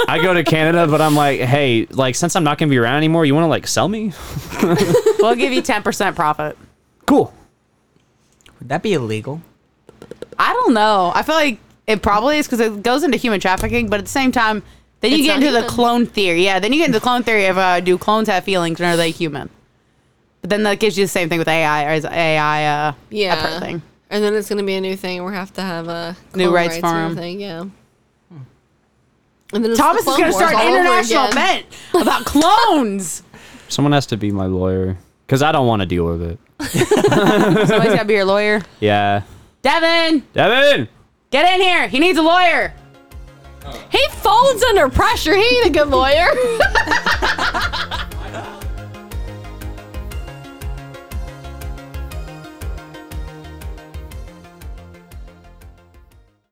I go to Canada, but I'm like, hey, like since I'm not gonna be around anymore, you want to like sell me? we'll give you ten percent profit. Cool. Would that be illegal? I don't know. I feel like it probably is because it goes into human trafficking, but at the same time, then you It's get not into the human. clone theory. Yeah, then you get into the clone theory of uh, do clones have feelings and are they human? But then that gives you the same thing with AI or is AI uh, Yeah. that part of thing. And then it's gonna be a new thing. We're have to have a New clone rights for and 'em. everything, Yeah. And then it's the Thomas is Clone going to Wars start an all over international again. event about clones. Someone has to be my lawyer because I don't want to deal with it. Somebody's got to be your lawyer. Yeah, Devin, Devin. get in here. He needs a lawyer. He folds under pressure. He ain't a good lawyer.